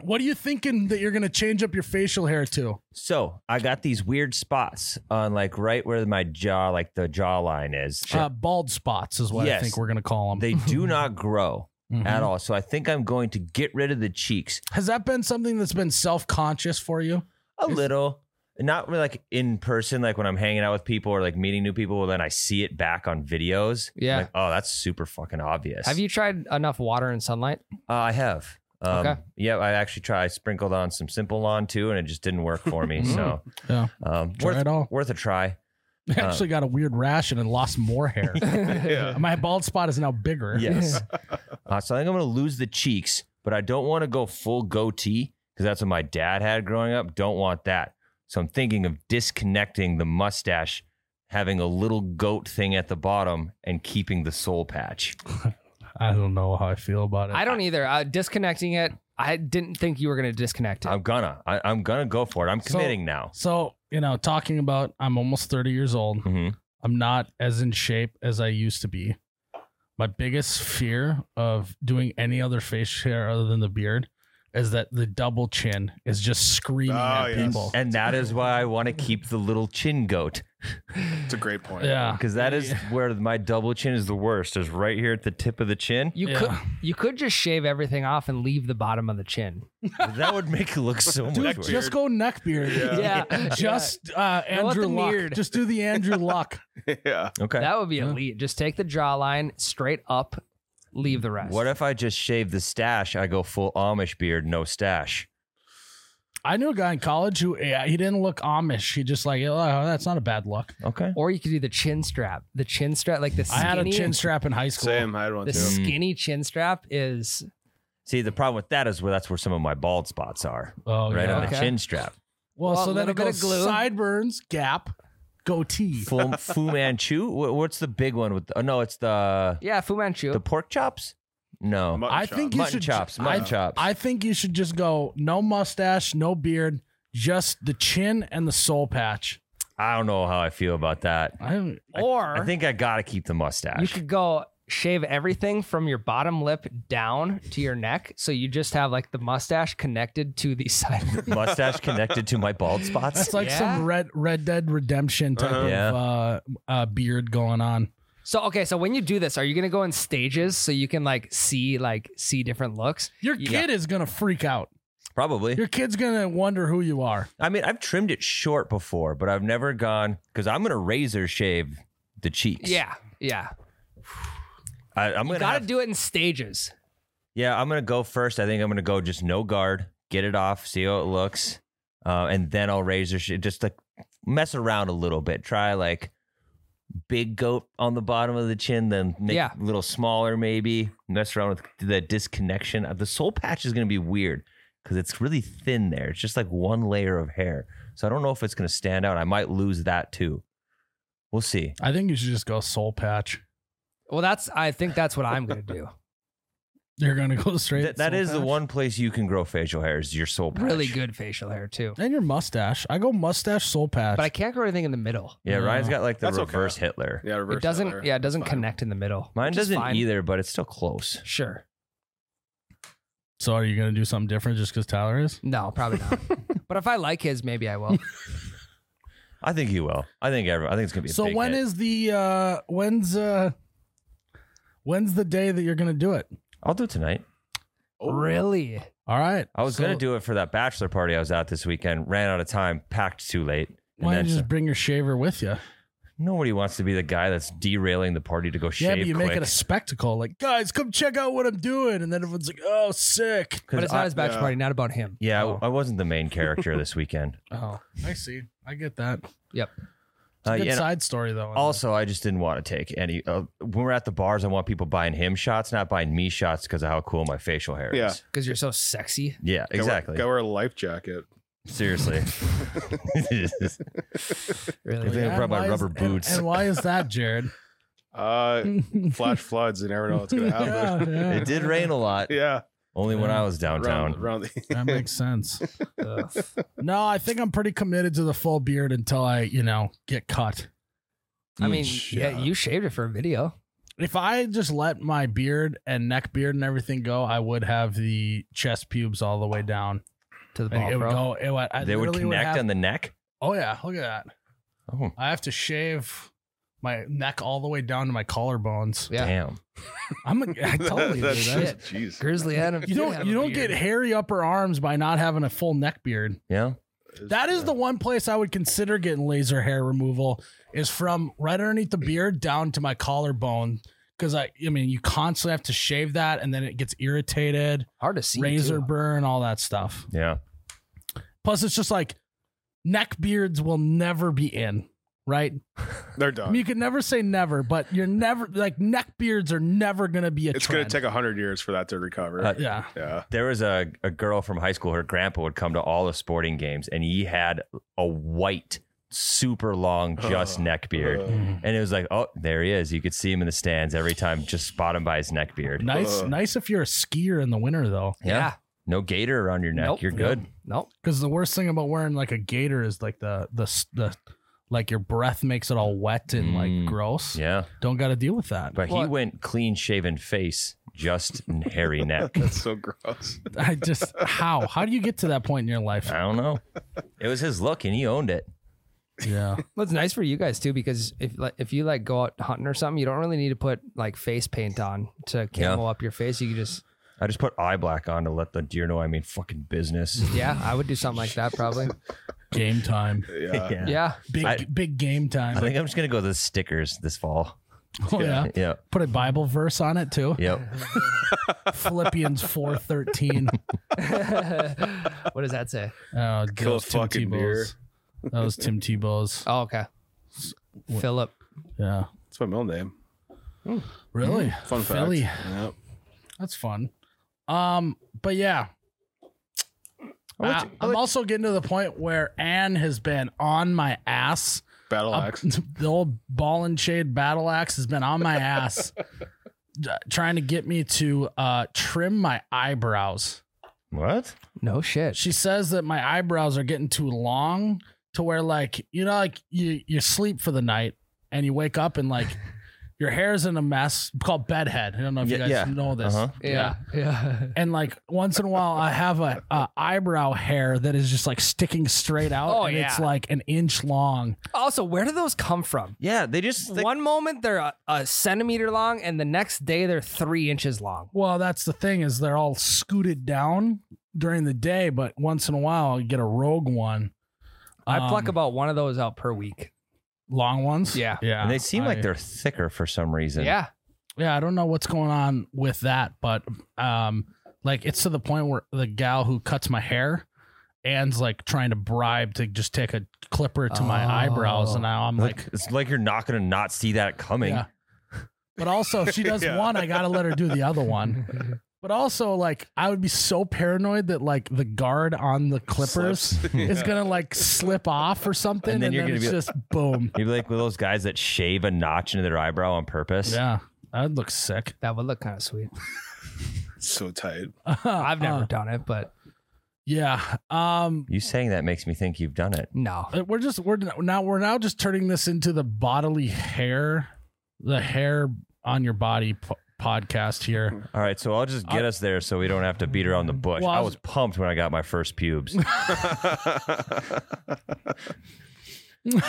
S1: what are you thinking that you're going to change up your facial hair to?
S4: So I got these weird spots on like right where my jaw, like the jawline is.
S2: Oh,
S1: Uh, bald spots is what I
S4: Yes.
S1: think we're going to call them.
S4: They
S2: Mm-hmm.
S4: do not grow
S1: Mhm.
S4: at all. So I think I'm going to get rid of the cheeks
S1: Has that been something that's been self conscious for you?
S4: a little. Not really like in person, like when I'm hanging out with people or like meeting new people, then I see it back on videos.
S2: Yeah.
S4: Like, oh, that's super fucking obvious.
S2: Have you tried enough water and sunlight?
S4: Uh, I have. Um,
S2: Okay.
S4: Yeah, I actually tried. I sprinkled on some simple lawn too, and it just didn't work for me.
S2: Mm.
S4: so
S1: Yeah.
S4: um,
S1: Try
S4: worth, Uh,
S1: it all.
S4: worth a try.
S1: I actually got a weird ration and lost more hair.
S3: Yeah.
S1: My bald spot is now bigger.
S4: Yes. uh, so I think I'm going to lose the cheeks, but I don't want to go full goatee because that's what my dad had growing up. Don't want that. So I'm thinking of disconnecting the mustache, having a little goat thing at the bottom, and keeping the soul patch.
S1: I don't know how I feel about it.
S2: I don't either. Uh, disconnecting it. I didn't think you were going to disconnect it.
S4: I'm gonna. I, I'm gonna go for it. I'm
S1: So-
S4: committing now.
S1: So, you know, talking about I'm almost 30 years old.
S4: hmm
S1: I'm not as in shape as I used to be. My biggest fear of doing any other face hair other than the beard is that the double chin is just screaming
S3: Oh,
S1: at
S3: yes.
S1: people.
S4: And that is why I want to keep the little chin goat.
S3: It's a great point.
S1: Ah, Yeah.
S4: because that is where my double chin is the worst. Is right here at the tip of the chin.
S2: you
S1: Yeah.
S2: could you could just shave everything off and leave the bottom of the chin.
S4: that would make it look so much
S3: Dude,
S4: worse.
S1: Just go neck beard.
S2: Yeah.
S1: Just uh,
S2: Go with
S1: Andrew
S2: the
S1: Luck.
S2: beard.
S1: Just do the Andrew Luck.
S3: yeah.
S4: okay.
S2: That would be
S1: Yeah.
S2: elite. Just take the jawline straight up, leave the rest.
S4: what if I just shave the stash? I go full Amish beard, no stash.
S1: I knew a guy in college who yeah, he didn't look Amish. He just like, oh, that's not a bad look.
S4: Okay.
S2: or you could do the chin strap. The chin strap, like the
S1: I
S2: skinny,
S1: had a chin strap in high school.
S3: Same. I had one
S2: the
S3: too.
S2: skinny chin strap is
S4: See, the problem with that is where that's where some of my bald spots are,
S1: Oh,
S4: right
S1: yeah.
S4: on the
S2: Okay.
S4: chin strap.
S1: Well,
S2: Well,
S1: so
S2: a
S1: then
S2: little
S1: it
S2: bit of
S1: goes
S2: glue.
S1: sideburns, gap, goatee.
S4: Fu, Fu Manchu. Wha- What's the big one with? The, oh no, it's the
S2: yeah, Fu Manchu.
S4: the pork chops. No,
S3: Mutton
S1: I
S3: chop.
S1: think you
S4: mutton
S1: should
S4: chops.
S1: I,
S4: Mutton chops.
S1: I think you should just go no mustache, no beard, just the chin and the soul patch.
S4: I don't know how I feel about that.
S1: I,
S2: or
S4: I think I gotta keep the mustache.
S2: you could go shave everything from your bottom lip down to your neck, so you just have like the mustache connected to the side.
S4: Mustache connected to my bald spots.
S1: That's like
S2: Yeah.
S1: some red Red Dead Redemption type
S3: Uh-huh.
S1: of
S4: Yeah.
S1: uh, uh, beard going on.
S2: so okay, so when you do this, are you gonna go in stages so you can like see like see different looks?
S1: Your
S2: Yeah.
S1: kid is gonna freak out.
S4: Probably.
S1: Your kid's gonna wonder who you are.
S4: I mean, I've trimmed it short before, but I've never gone because I'm gonna razor shave the cheeks.
S2: Yeah, yeah.
S4: I, I'm
S2: You
S4: gonna.
S2: gotta
S4: have-
S2: do it in stages.
S4: yeah, I'm gonna go first. I think I'm gonna go just no guard, get it off, see how it looks, uh, and then I'll razor shave. Just like mess around a little bit. Try like big goat on the bottom of the chin, then make
S2: Yeah.
S4: it a little smaller, maybe. Mess around with the disconnection. Uh, The soul patch is gonna be weird because it's really thin there. It's just like one layer of hair. So I don't know if it's gonna stand out. I might lose that too. We'll see.
S1: I think you should just go soul patch.
S2: Well, that's I think that's what I'm gonna do.
S1: You're gonna go straight.
S4: Th- that
S1: soul
S4: is the
S1: patch?
S4: one place you can grow facial hair is your soul patch.
S2: Really good facial hair too.
S1: And your mustache. I go mustache soul patch.
S2: But I can't grow anything in the middle.
S4: Yeah, Ryan's got like the
S3: That's okay.
S4: reverse Hitler.
S3: Yeah, reverse
S2: It doesn't.
S3: Hitler.
S2: Yeah, it doesn't
S3: Fine.
S2: connect in the middle.
S4: Mine
S2: which is
S4: doesn't
S2: fine.
S4: either, but it's still close.
S2: Sure.
S1: so are you gonna do something different just because Tyler is?
S2: No, probably not. but if I like his, maybe I will.
S4: I think he will. I think every, I think it's gonna be. A
S1: So when is the uh when's uh when's the day that you're gonna do it?
S4: I'll do it tonight.
S3: Oh.
S2: Really?
S1: All right.
S4: I was
S1: So
S4: gonna do it for that bachelor party I was at this weekend. Ran out of time. Packed too late. And
S1: Why don't
S4: then
S1: you just
S4: so-
S1: bring your shaver with you?
S4: nobody wants to be the guy that's derailing the party to go shave
S1: yeah, but you
S4: quick.
S1: make it a spectacle. Like, guys, come check out what I'm doing, and then everyone's like, "Oh, sick."
S4: 'Cause
S2: But it's not
S4: I-
S2: his bachelor
S3: yeah.
S2: party. Not about him.
S4: yeah, I-
S2: Oh.
S4: I wasn't the main character this weekend.
S2: oh.
S1: I see. I get that.
S2: Yep.
S1: It's a
S4: Uh,
S1: good
S4: yeah,
S1: side story though.
S4: Also, I just didn't want to take any. Uh, when we're at the bars, I want people buying him shots, not buying me shots because of how cool my facial hair
S3: Yeah.
S4: is.
S2: Because you're so sexy.
S4: Yeah,
S3: Go wear-
S4: exactly.
S3: Go wear a life jacket.
S4: Seriously. It's
S2: Really?
S4: If they
S1: And
S4: brought my
S1: why is-
S4: rubber
S1: and-
S4: boots.
S1: And, why is that, Jared?
S3: Uh, flash floods. You never know what's gonna happen.
S1: Yeah, yeah.
S4: it did rain a lot,
S3: yeah,
S4: only when I was
S3: round,
S4: downtown.
S3: round the-
S1: That makes sense.
S2: Ugh.
S1: No, I think I'm pretty committed to the full beard until I, you know, get cut.
S2: I mean,
S1: Yeesh.
S2: yeah, you shaved it for a video.
S1: If I just let my beard and neck beard and everything go, I would have the chest pubes all the way down.
S2: To the
S1: Like,
S2: ball,
S1: it would
S2: bro.
S1: go. It would, I
S4: They would
S1: literally
S4: connect
S1: have,
S4: on the neck.
S1: Oh yeah, look at that.
S4: Oh,
S1: I have to shave my neck all the way down to my collarbones.
S2: Yeah.
S4: damn.
S1: I'm a, I totally do
S3: That's-
S1: that.
S3: Jeez.
S2: Grizzly Adams.
S1: You
S2: did
S1: don't
S2: have
S1: you
S2: a
S1: don't
S2: beard.
S1: get hairy upper arms by not having a full neck beard.
S4: Yeah.
S1: That
S3: uh,
S1: is the one place I would consider getting laser hair removal is from right underneath the beard down to my collarbone. Cause I I mean you constantly have to shave that and then it gets irritated,
S2: hard to see.
S1: razor
S2: too.
S1: burn, all that stuff.
S4: Yeah.
S1: Plus it's just like neck beards will never be in, right?
S3: They're
S1: I
S3: done.
S1: mean you can never say never, but you're never like neck beards are never gonna be a
S3: it's
S1: trend.
S3: gonna take a hundred years for that to recover.
S4: Uh,
S1: yeah.
S3: yeah.
S4: There was a, a girl from high school, her grandpa would come to all the sporting games, and he had a white, super long, just
S3: Uh,
S4: neck beard. and it was like, oh, there he is. You could see him in the stands every time, just spot him by his neck beard.
S1: Nice,
S3: Ugh.
S1: nice if you're a skier in the winter though,
S4: Yeah. No gator around your neck.
S2: Nope.
S4: You're good.
S2: Nope.
S1: because the worst thing about wearing like a gaiter is like the the s- the like your breath makes it all wet and
S4: Mm.
S1: like gross.
S4: Yeah.
S1: Don't got to deal with that.
S4: But he
S2: What?
S4: went clean shaven face, just hairy neck.
S3: That's so gross.
S1: I just how how do you get to that point in your life?
S4: I don't know. It was his look, and he owned it.
S1: Yeah,
S2: Well, it's nice for you guys too because if like if you like go out hunting or something, you don't really need to put like face paint on to camo up your face. You can just
S4: I just put eye black on to let the deer know I mean fucking business.
S2: yeah, I would do something like that probably.
S1: game time,
S3: Yeah.
S4: Yeah.
S2: Yeah,
S1: big
S4: I-
S1: big game
S4: I
S1: time.
S4: think I'm just gonna go with the stickers this fall.
S1: Oh yeah,
S4: Yeah.
S1: put a Bible verse on it too.
S4: Yep.
S1: Philippians four thirteen.
S2: what does that say?
S1: Oh,
S3: Kill
S1: those
S3: a
S1: Tim
S3: fucking deer.
S1: Tebow's. That was Tim Tebow's.
S2: Oh, okay. Philip.
S1: Yeah,
S3: That's my middle name.
S1: really
S3: Fun fact.
S1: Philly.
S3: Yep.
S1: That's fun. Um, but yeah.
S4: I'll let
S1: Uh,
S4: you-
S1: I'm
S4: I'll let-
S1: also getting to the point where Anne has been on my ass.
S3: Battle
S1: Up-
S3: axe.
S1: the old ball and shade battle axe has been on my ass, d- trying to get me to uh, trim my eyebrows.
S4: What?
S2: No shit.
S1: She says that my eyebrows are getting too long to where, like, you know, like you you sleep for the night and you wake up and like. your hair's in a mess called bedhead. I don't know if you
S4: Yeah,
S1: guys
S4: yeah.
S1: know this.
S4: Uh-huh.
S2: Yeah. Yeah.
S1: And like once in a while, I have a, a eyebrow hair that is just like sticking straight out.
S2: Oh,
S1: and
S2: yeah.
S1: It's like an inch long.
S2: Also, where do those come from?
S4: Yeah, they just they,
S2: One moment they're a, a centimeter long, and the next day they're three inches long.
S1: Well, that's the thing is they're all scooted down during the day, but once in a while you get a rogue one.
S2: I pluck
S1: Um,
S2: about one of those out per week.
S1: long ones.
S2: Yeah.
S1: yeah.
S4: and they seem
S1: I-
S4: like they're thicker for some reason.
S2: Yeah.
S1: Yeah, I don't know what's going on with that, but um, like it's to the point where the gal who cuts my hair and's like trying to bribe to just take a clipper to my
S2: Oh.
S1: eyebrows, and now I'm
S4: Like,
S1: like,
S4: it's like you're not gonna not see that coming.
S1: yeah. But also, if she does
S3: Yeah.
S1: one, I gotta let her do the other one. But also, like, I would be so paranoid that like the guard on the clippers
S3: Slips.
S1: is
S3: Yeah.
S1: gonna like slip off or something, and
S4: And
S1: then,
S4: then you're gonna
S1: it's
S4: be like-
S1: just boom.
S4: You'd be like with those guys that shave a notch into their eyebrow on purpose.
S1: Yeah, that looks sick.
S2: That would look kind of sweet.
S3: so tight.
S2: I've never
S1: Uh,
S2: done it, but
S1: yeah. Um.
S4: You saying that makes me think you've done it.
S2: no.
S1: Uh, We're just we're now we're now just turning this into the bodily hair, the hair on your body po- podcast here.
S4: All right, so I'll just get us there so we don't have to beat around the bush.
S1: Well, I
S4: I
S1: was-
S4: was pumped when I got my first pubes. you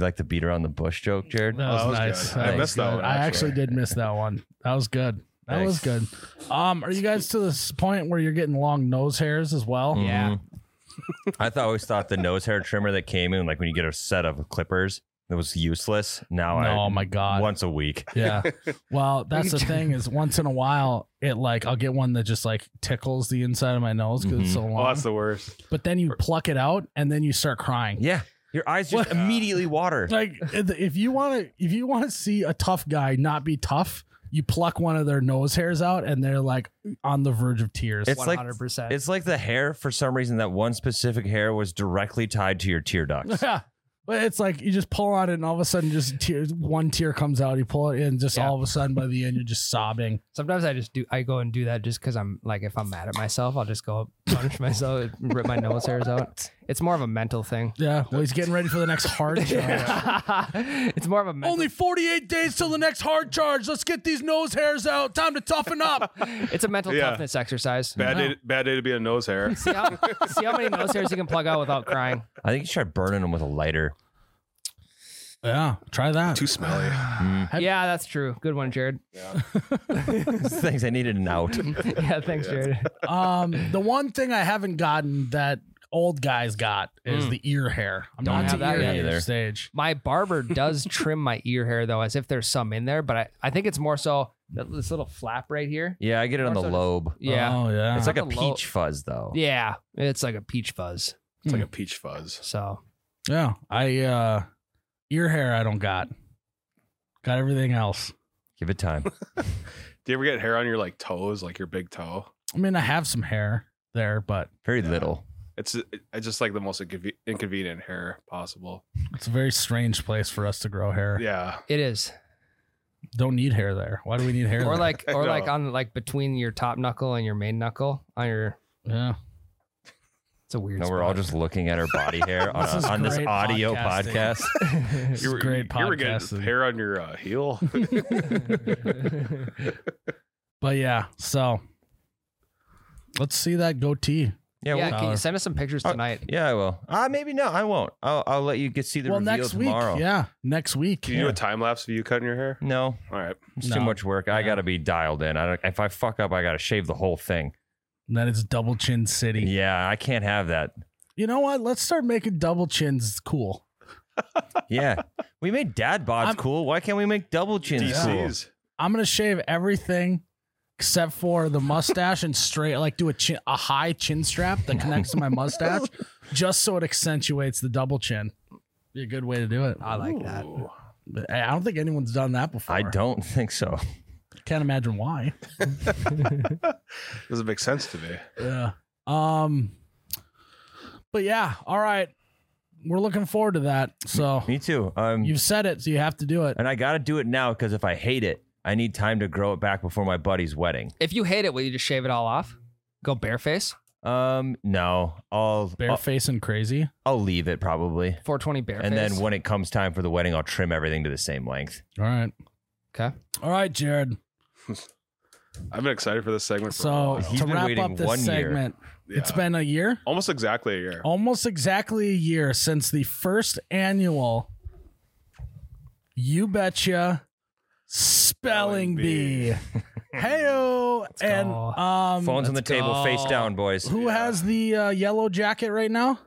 S4: like the beat around the bush joke,
S1: That
S4: Jared?
S1: was,
S3: Oh, that was
S1: nice.
S3: good. I
S1: was
S3: missed that
S1: good.
S3: one,
S1: I actually
S3: actually.
S1: did miss that one. That was good. That was
S4: Thanks.
S1: good. Um, are you guys to this point where you're getting long nose hairs as well?
S2: Yeah.
S1: Mm-hmm.
S4: I thought always thought the nose hair trimmer that came in, like when you get a set of clippers, that was useless. Now I
S1: Oh my god.
S4: once a week.
S1: Yeah. Well, that's the
S2: can-
S1: thing is once in a while it like I'll get one that just like tickles the inside of my nose because it's so long.
S3: Oh, that's the worst.
S1: but then you pluck it out and then you start crying.
S4: Yeah, your eyes just
S1: What?
S4: immediately water.
S1: like if if you want to if you want to see a tough guy not be tough you pluck one of their nose hairs out and they're like on the verge of tears
S4: It's like
S2: 100%.
S4: it's like the hair for some reason that one specific hair was directly tied to your tear ducts.
S1: yeah but it's like you just pull on it and all of a sudden just tears one tear comes out you pull it in just
S2: Yeah.
S1: all of a sudden by the end you're just sobbing
S2: Sometimes I just do. I go and do that just because I'm like, if I'm mad at myself, I'll just go punish myself, and rip my nose hairs out. It's more of a mental thing.
S1: yeah well he's getting ready for the next hard charge
S2: it's more of a mental.
S1: only 48 days till the next hard charge let's get these nose hairs out time to toughen up
S2: it's a mental
S3: Yeah.
S2: toughness exercise.
S3: Bad day. Bad day to be a nose hair.
S2: See how, see how many nose hairs you can plug out without crying.
S4: I think you should try burning them with a lighter.
S1: yeah try that
S3: Too smelly.
S2: yeah, that's true. Good one, Jared.
S4: Things I needed an out.
S2: Yeah, thanks, Jared.
S1: Um, the one thing I haven't gotten that old guys got is the ear hair. I'm
S2: Hmm. Don't
S1: not
S2: have
S1: to
S2: that
S1: ear
S2: yet
S1: hair
S4: either.
S1: stage.
S2: My barber does trim my ear hair though, as if there's some in there, but I, I think it's more so that, this little flap right here.
S4: Yeah, I get it on the
S2: Also just-
S4: lobe.
S2: Yeah.
S1: Oh yeah.
S4: It's like a
S2: Not the lobe.
S4: peach fuzz though.
S2: Yeah. It's like a peach fuzz.
S3: It's like a peach fuzz.
S2: So
S1: yeah. I uh ear hair I don't got. Got everything else.
S4: Give it time.
S3: Do you ever get hair on your like toes, like your big toe?
S1: I mean I have some hair there, but
S4: Very little.
S3: It's uh, it's just like the most inconve- inconvenient hair possible.
S1: it's a very strange place for us to grow hair.
S3: Yeah,
S2: it is.
S1: Don't need hair there. Why do we need hair there?
S2: Or like or
S3: No.
S2: like on like between your top knuckle and your main knuckle on your
S1: yeah.
S2: it's a weird
S4: No, we're all just looking at our body hair on,
S1: This is
S4: a, on this
S1: great
S4: audio
S1: podcasting.
S4: podcast.
S1: This is
S3: were-
S1: great
S3: You were getting
S1: podcasting.
S3: hair on your uh, heel.
S2: just
S1: But yeah, so let's see that goatee.
S4: Yeah,
S2: Yeah,
S4: yeah,
S2: can you send us some pictures
S4: Oh,
S2: tonight?
S4: yeah, I will. Uh, maybe no, I won't. I'll, I'll let you get see the
S1: well,
S4: reveal
S1: next
S4: tomorrow.
S1: week. Yeah, next week.
S3: Can you do a time lapse of you cutting your hair?
S4: No,
S3: All right.
S4: it's
S1: No.
S4: too much work. I
S1: Yeah.
S4: got to be dialed in. I don't, if I fuck up, I got to shave the whole thing.
S1: Then it's double chin city.
S4: Yeah, I can't have that.
S1: You know what? Let's start making double chins cool.
S4: Yeah, we made dad bods
S1: I'm-
S4: cool. Why can't we make double chins cool?
S3: DCs.
S1: I'm gonna shave everything except for the mustache and straight, like do a chin, a high chin strap that connects to my mustache, just so it accentuates the double chin. Be a good way to do it. I like that.
S3: Ooh.
S1: I don't think anyone's done that before.
S4: I don't think so.
S1: Can't imagine why.
S3: Doesn't make sense to me.
S1: Yeah. Um. But yeah. All right. We're looking forward to that. So
S4: Me too. Um,
S1: you've said it, so you have to do it.
S4: and I got to do it now because if I hate it, I need time to grow it back before my buddy's wedding.
S2: If you hate it, will you just shave it all off? Go bareface?
S4: Um, no, I'll I'll,
S1: Bareface and crazy.
S4: I'll leave it probably.
S2: 420 bareface?
S4: And then when it comes time for the wedding, I'll trim everything to the same length.
S1: All right.
S2: Okay.
S1: All right, Jared.
S3: I've been excited for this segment. For a
S1: So
S3: while.
S4: He's
S1: to
S4: been
S1: wrap
S4: waiting
S1: up
S4: one
S1: this
S4: year.
S1: segment,
S3: Yeah.
S1: it's been Oh. a year,
S3: almost exactly a year.
S1: almost exactly a year since the first annual You Betcha Spelling
S3: Spelling
S1: Bee.
S3: Bee.
S1: Heyo, and
S2: go.
S1: um,
S4: Phones on the
S2: let's
S4: table,
S2: go.
S4: face down, boys.
S1: who has the uh, yellow jacket right now?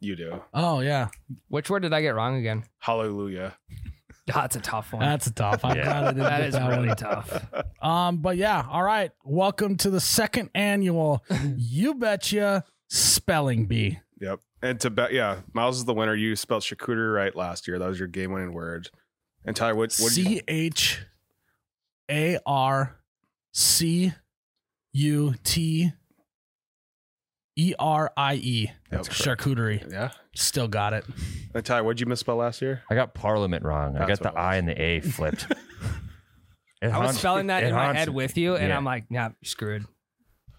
S3: You do.
S1: Oh yeah,
S2: Which word did I get wrong again?
S3: Hallelujah.
S2: Ah, That's a tough one.
S1: that's a tough. I'm glad I didn't
S2: that
S1: get
S2: is
S1: that one.
S2: really tough.
S1: Um, but yeah, all right. Welcome to the second annual You Betcha Spelling Bee.
S3: Yep. And to bet, yeah, Miles is the winner. You spelled charcuterie right last year. That was your game winning word. And Tyler, what, what did you
S1: C H A R C U T E R I E.
S3: That's correct.
S1: Charcuterie.
S3: Yeah.
S1: Still got it.
S3: And Tyler, what did you misspell last year?
S4: I got Parliament wrong. I
S3: That's
S4: got the
S3: what it was.
S4: I and the A flipped. It
S2: I was
S4: haunts-
S2: spelling that
S4: it
S2: in my
S4: haunts
S2: head
S4: me.
S2: with you, and
S4: Yeah.
S2: I'm like, nah, you're screwed.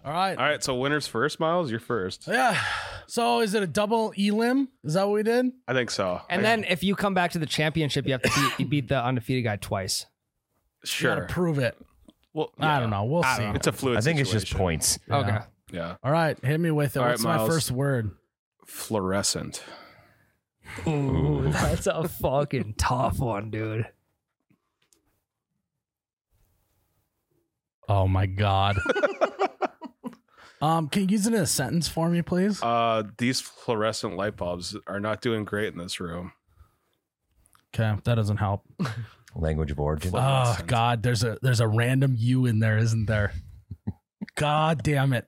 S1: All right.
S3: All right. So winners first, Miles. You're first.
S1: Yeah. So is it a double elim? Is that what we did?
S3: I think so.
S2: And
S3: I-
S2: then if you come back to the championship, you have to beat, you beat the undefeated guy twice.
S1: Gotta
S3: sure.
S1: prove it.
S3: Well,
S1: I
S3: yeah.
S1: don't know. We'll
S2: I
S1: see.
S2: don't know.
S3: It's a fluid.
S4: I think it's just
S3: situation.
S4: points.
S1: Yeah.
S2: Okay.
S3: Yeah.
S1: All right. Hit me with it.
S3: All right,
S1: What's my
S3: Miles.
S1: first word?
S3: Fluorescent.
S2: Ooh, that's a fucking tough one, dude.
S1: Oh my god. um, can you use it in a sentence for me, please?
S3: Uh, these fluorescent light bulbs are not doing great in this room.
S1: Okay, that doesn't help.
S4: Language of origin.
S3: Fluorescent.
S1: Oh god, there's a there's a random U in there, isn't there? god damn it.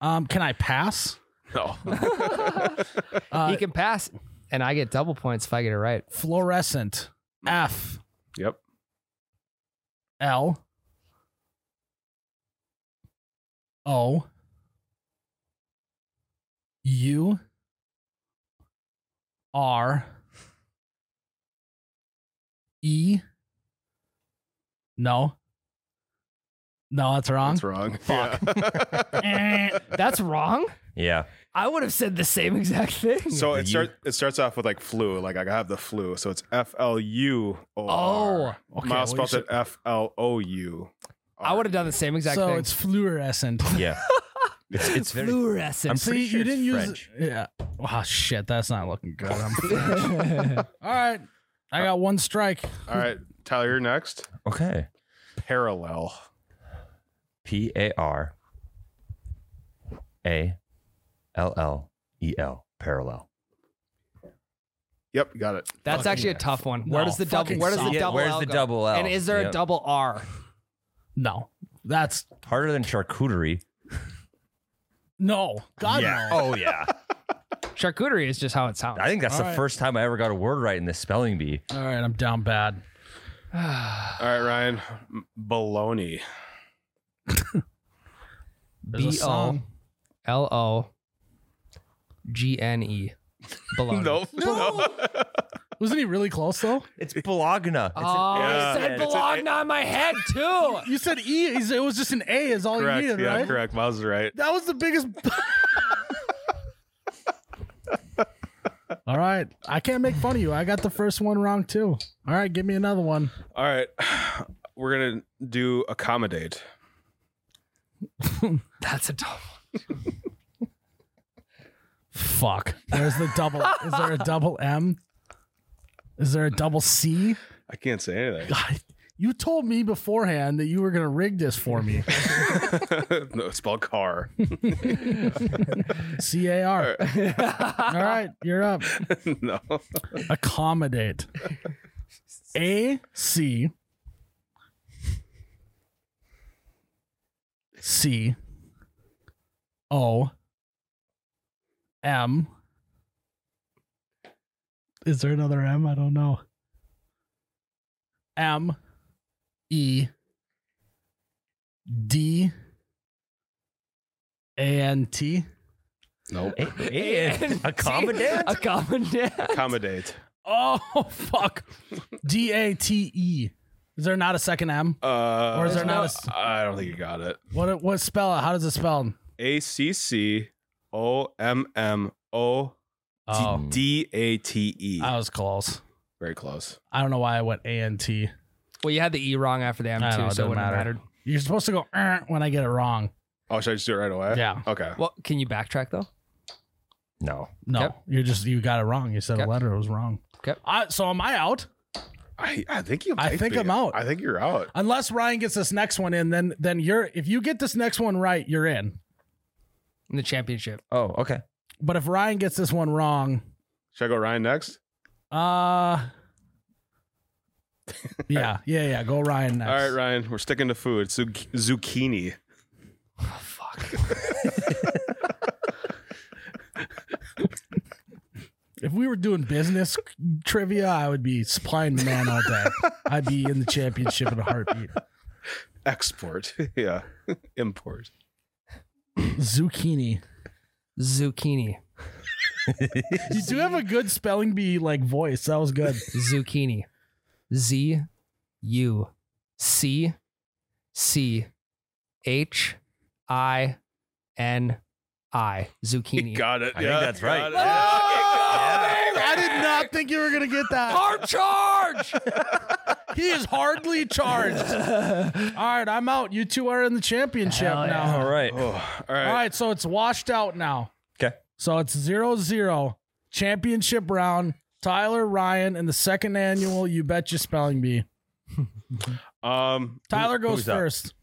S1: Um, can I pass?
S3: No.
S1: Uh,
S2: he can pass, and I get double points if I get it right.
S1: fluorescent. F
S3: yep.
S1: L O U R E No. No, that's wrong.
S3: That's wrong. Fuck.
S1: Eh.
S2: That's wrong.
S4: Yeah.
S2: I would have said the same exact thing.
S3: So
S4: Yeah,
S3: it
S4: you-
S3: starts. It starts off with like flu. Like I have the flu. So it's F L U O.
S2: Oh,
S1: okay,
S3: Miles
S1: well, you
S3: spelled it F L O U.
S2: I would have done the same exact
S1: so
S2: thing.
S1: it's fluorescent.
S4: Yeah. It's, it's very.
S2: fluorescent.
S4: I'm pretty
S1: See,
S4: sure
S1: you
S4: it's
S1: didn't use
S4: French.
S1: Yeah. Oh shit, that's not looking good. I'm All right. I got one strike.
S3: All right, Tyler, you're next.
S4: Okay.
S3: Parallel.
S4: P A R A L L E L. Parallel.
S3: Yep, you got it.
S2: That's
S1: Fucking-
S2: actually a tough one. Where
S1: No,
S2: does the double?
S1: fucking
S2: Where does the
S1: solid.
S4: Yeah,
S2: double?
S4: where's
S2: L
S4: the
S2: go?
S4: double L?
S2: And is there
S4: Yep.
S2: a double R?
S1: No. That's
S4: Harder than charcuterie.
S1: no. God no.
S4: Oh, yeah.
S2: Charcuterie is just how it sounds.
S4: I think that's
S1: All
S4: the
S1: right.
S4: first time I ever got a word right in the spelling bee.
S1: All right, I'm down bad.
S3: All right, Ryan. M- Baloney.
S1: There's a
S2: B O
S1: song.
S2: L O G N E. Bologna.
S3: no.
S1: Wasn't he really close though?
S4: It's Bologna. It's
S2: Oh,
S4: an-
S2: I
S3: Yeah.
S2: said
S4: It's an-
S2: Bologna on my head too.
S1: You said E. is- It was just an A. Is all
S3: correct.
S1: Oh, you needed,
S3: yeah,
S1: right?
S3: correct. Miles is right.
S1: That was the biggest. all right, I can't make fun of you. I got the first one wrong too. All right, give me another one.
S3: All right, we're gonna do accommodate.
S2: That's a tough
S1: Fuck. There's the double. is there a double M? Is there a double C?
S3: I can't say anything.
S1: God, you told me beforehand that you were gonna rig this for me.
S3: no, it's spelled car.
S1: C A R. All right, you're up.
S3: no.
S1: Accommodate. A C C O M. Is there another M? I don't know. M E D A N T.
S3: Nope.
S4: and accommodate.
S2: A common dance.
S3: Accommodate.
S1: Oh fuck. D A T E. Is there not a second M?
S3: Uh,
S1: Or is there
S2: no-
S1: not a s-
S3: I don't think you got it.
S1: what what spell it? How does it spell?
S3: A C C O M M O
S1: Oh,
S3: D A T E.
S1: I was close.
S3: Very close.
S1: I don't know why I went A N T.
S2: Well, you had the E wrong after the M
S1: I know, it
S2: too, so it
S1: doesn't
S2: wouldn't have
S1: matter.
S2: mattered.
S1: You're supposed to go "Er," when I get it wrong.
S3: Oh, should I just do it right away?
S1: Yeah.
S3: Okay.
S2: Well, can you backtrack though?
S4: No.
S1: No,
S2: Yep.
S1: you're just you got it wrong. You said
S2: Yep.
S1: a letter was wrong.
S2: Yep.
S1: Uh, so am I out?
S3: I, I think you.
S1: I
S3: might
S1: think
S3: be.
S1: I'm out.
S3: I think you're out.
S1: Unless Ryan gets this next one in, then then you're if you get this next one right, you're in.
S2: In the championship.
S4: Oh, okay.
S1: But if Ryan gets this one wrong,
S3: Should I go Ryan next?
S1: uh Yeah, yeah, yeah. Go Ryan next.
S3: All right, Ryan. We're sticking to food. Zuc- zucchini.
S2: Oh, fuck.
S1: If we were doing business trivia, I would be supplying the man all day. I'd be in the championship in a heartbeat.
S3: Export. yeah. Import.
S1: Zucchini.
S2: Zucchini.
S1: You do have a good spelling bee like voice. That was good.
S2: Zucchini. Z U C C H I N I.
S3: You
S2: Zucchini.
S3: got it.
S4: I think that's right.
S3: got it.
S4: Oh,
S1: I did not think you were gonna get that.
S2: Hard charge.
S1: He is hardly charged. All right, I'm out. You two are in the championship
S2: Hell
S1: now.
S2: yeah.
S4: All right.
S3: Oh, all right.
S1: All right, so it's washed out now.
S4: 'Kay.
S1: So it's 0 0 championship round. Tyler Ryan in the second annual You Bet Your Spelling Bee.
S3: Um,
S1: Tyler
S4: Who-
S1: goes
S4: who's up?
S1: first.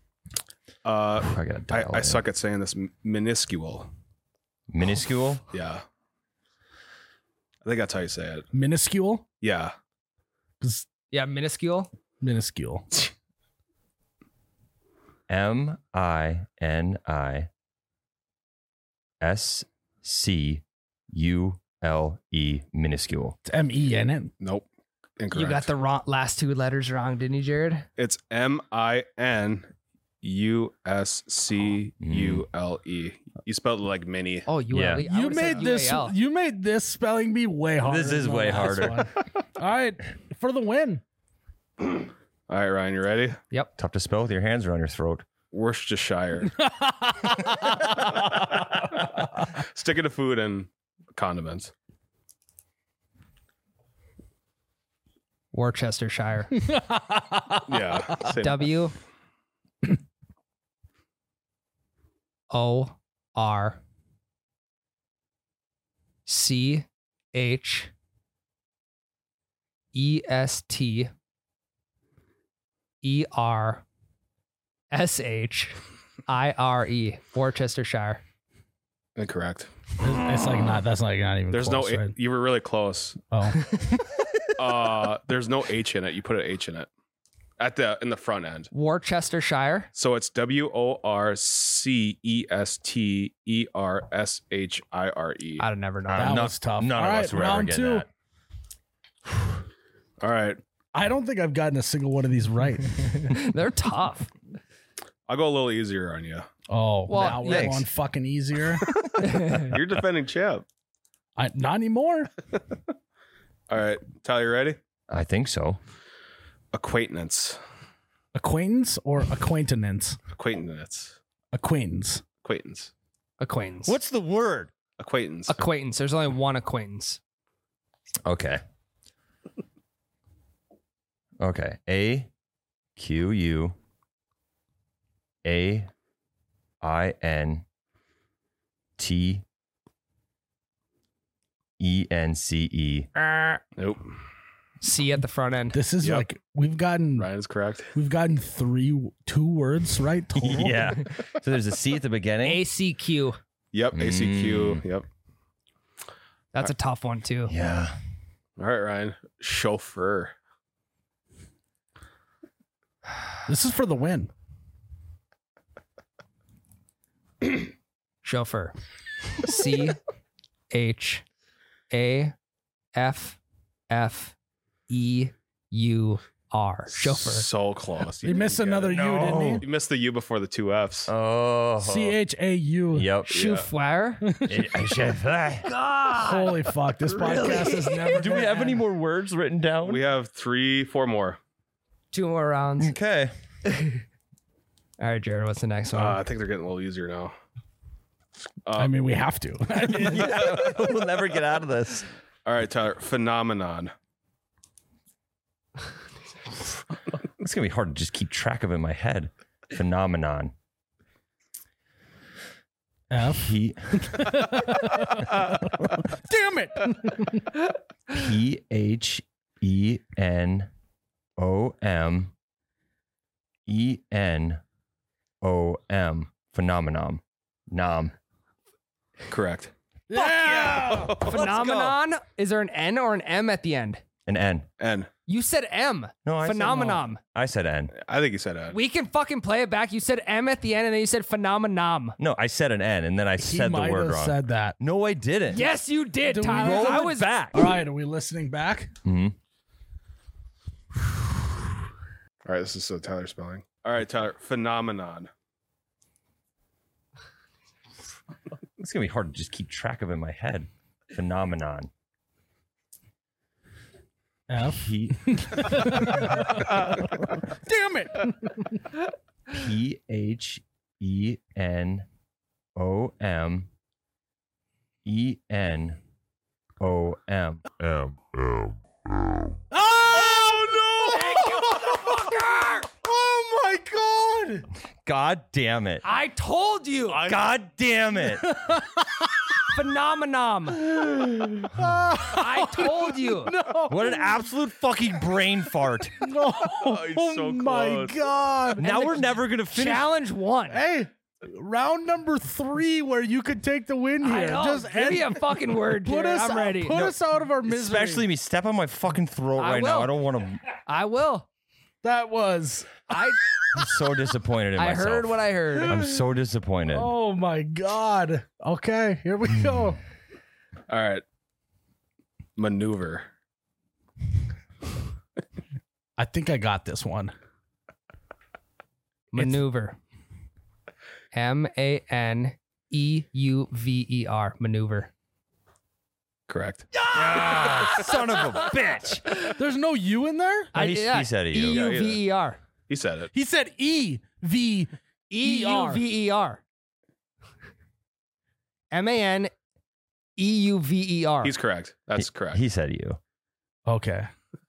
S3: uh,
S4: I got
S3: I, I suck at saying this. M- Minuscule.
S4: Minuscule.
S3: Yeah. I think that's how you say it.
S1: Minuscule?
S3: Yeah.
S1: 'Cause
S2: yeah, minuscule.
S1: minuscule.
S4: M I N I S C U L E minuscule.
S1: It's M E in it.
S3: Nope. Incorrect.
S2: You got the wrong, last two letters wrong, didn't you, Jared?
S3: It's M I N U S C U L E. You spelled it like mini.
S2: Oh, you
S4: Yeah.
S1: You made
S2: E
S1: this you made this spelling bee way harder.
S4: This is
S1: than
S4: way
S1: the last
S4: harder.
S1: one. All right. For the win.
S3: All right, Ryan, you ready?
S4: Tough to spell with your hands around your throat.
S3: Worcestershire. Stick it to food and condiments.
S2: Worcestershire.
S3: Yeah. same.
S2: W O R C H E S T E R S H I R E Worcestershire.
S3: Incorrect.
S1: It's like not that's like not even
S3: There's
S1: close,
S3: no.
S1: right?
S3: You were really close.
S1: Oh.
S3: Uh, there's no H in it. You put an H in it at the in the front end.
S2: Worcestershire.
S3: So it's W O R C E S T E R S H I R E.
S2: I'd never know.
S4: Uh,
S1: That
S4: none-
S1: was tough.
S4: None
S1: All
S4: of
S1: right,
S4: us were ever
S1: round
S4: getting
S1: two.
S4: that.
S3: All right,
S1: I don't think I've gotten a single one of these right.
S2: They're tough.
S3: I'll go a little easier on you.
S1: Oh,
S2: Well,
S1: now we're
S4: thanks.
S1: going fucking easier.
S3: You're defending champ.
S1: I, not anymore.
S3: All right, Tyler, you ready?
S4: I think so.
S3: Acquaintance,
S1: Acquaintance or acquaintance?
S3: acquaintance,
S1: Acquaintance.
S3: acquaintance,
S2: Acquaintance.
S4: the word?
S3: acquaintance.
S2: acquaintance? There's only one acquaintance.
S4: Okay. Okay. A Q U A I N T E N C E.
S3: nope.
S2: C at the front end.
S1: This is
S3: Yep.
S1: like we've gotten
S3: Ryan is correct.
S1: we've gotten three two words right total.
S4: Yeah. So there's a C at the beginning.
S2: ACQ.
S3: Yep. ACQ. Yep.
S2: That's a tough one too.
S4: Yeah.
S3: All right, Ryan. Chauffeur.
S1: This is for the win.
S2: Chauffeur. C H A F F E U R. Chauffeur.
S3: So close.
S1: You missed
S3: didn't get
S1: another
S3: it.
S1: U, didn't
S3: You missed the U before the two Fs.
S4: Oh.
S1: you? C H A U.
S4: Yep.
S2: Chauffeur.
S1: Holy fuck! This podcast is never.
S4: Do we
S1: gonna
S4: have any
S1: end.
S4: more words written down?
S3: We have three, four more.
S2: Two more rounds.
S4: okay.
S2: All right, Jared. What's the next
S3: Uh,
S2: one?
S3: I think they're getting a little easier now. Um,
S1: I mean, we have to.
S4: we'll never get out of this.
S3: All right, Tyler. Phenomenon.
S4: It's gonna be hard to just keep track of in my head. Phenomenon.
S1: F.
S4: P
S1: Damn it.
S4: P H E N O M E N O M phenomenon. Nom.
S3: Correct.
S1: yeah.
S2: Phenomenon. Is there an N or an M at the end?
S4: An N.
S3: And
S2: You said M.
S4: No, Oh, I said no.
S2: Phenomenon.
S4: I said N.
S3: I think he said uh,
S2: We can fucking play it back. You said M at the end, and then you said phenomenon.
S4: No, I said an N, and then I
S1: He
S4: said the
S1: might
S4: word
S1: have
S4: wrong.
S1: said that.
S4: no, I didn't.
S2: Yes, you did,
S1: Do we
S2: Tyler.
S1: roll
S2: I
S1: it
S2: was
S4: back.
S1: All right, are we listening back?
S4: hmm
S3: All right, this is so Tyler spelling. All right, Tyler. Phenomenon.
S4: It's gonna be hard to just keep track of in my head. Phenomenon.
S1: F.
S4: P
S1: Damn it.
S4: P H E N O M E N O M.
S1: Oh my god.
S4: God damn it.
S2: I told you.
S4: God damn it.
S2: phenomenon. I told you.
S4: What an absolute fucking brain fart.
S1: No.
S3: he's so
S1: Oh my
S3: close.
S1: god.
S4: Now we're never going to finish.
S2: Challenge one.
S1: Hey, round number three where you could take the win
S2: I
S1: here.
S2: know.
S1: Just
S2: give
S1: end-
S2: me a fucking word,
S1: put
S2: dude.
S1: us
S2: I'm ready.
S1: put us out of our misery.
S4: Especially me. Step on my fucking throat
S2: I
S4: right now.
S2: will.
S4: I don't want to.
S2: I will.
S1: that was.
S2: I
S4: I'm so disappointed in
S2: I
S4: myself.
S2: heard what I heard.
S4: I'm so disappointed.
S1: Oh my god. Okay, here we go.
S3: All right. Maneuver.
S1: I think I got this one.
S2: Maneuver. M A N E U V E R. Maneuver.
S3: Correct.
S4: Ah, son of a bitch.
S1: There's no U in there.
S4: he- he said it, you.
S2: E U V E R.
S3: He said it.
S1: He said E V
S2: E U V E R. M A N E U V E R.
S3: He's correct. That's correct.
S4: He said you.
S1: Okay.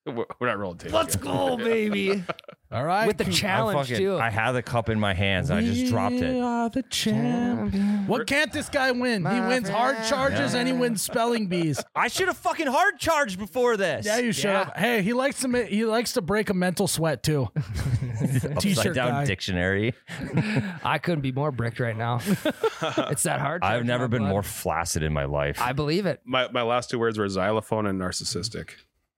S3: We're we're not rolling tape.
S2: Let's go,
S3: Oh,
S2: baby.
S1: All right.
S2: With the
S4: I,
S2: challenge,
S4: fucking,
S2: too.
S4: I had the cup in my hands and I just dropped
S1: We
S4: it.
S1: are the champ. What can't this guy win? He
S2: My
S1: wins hard
S2: friend.
S1: charges and he wins spelling bees.
S4: I should have fucking hard charged before this.
S1: Yeah, you should. have. Hey, he likes to ma- he likes to break a mental sweat too. T-shirt
S4: Upside down
S1: guy.
S4: dictionary.
S2: I couldn't be more bricked right now. it's that hard.
S4: I've
S2: charge, my
S4: never been
S2: bud.
S4: more flaccid in my life.
S2: I believe it.
S3: My my last two words were xylophone and narcissistic.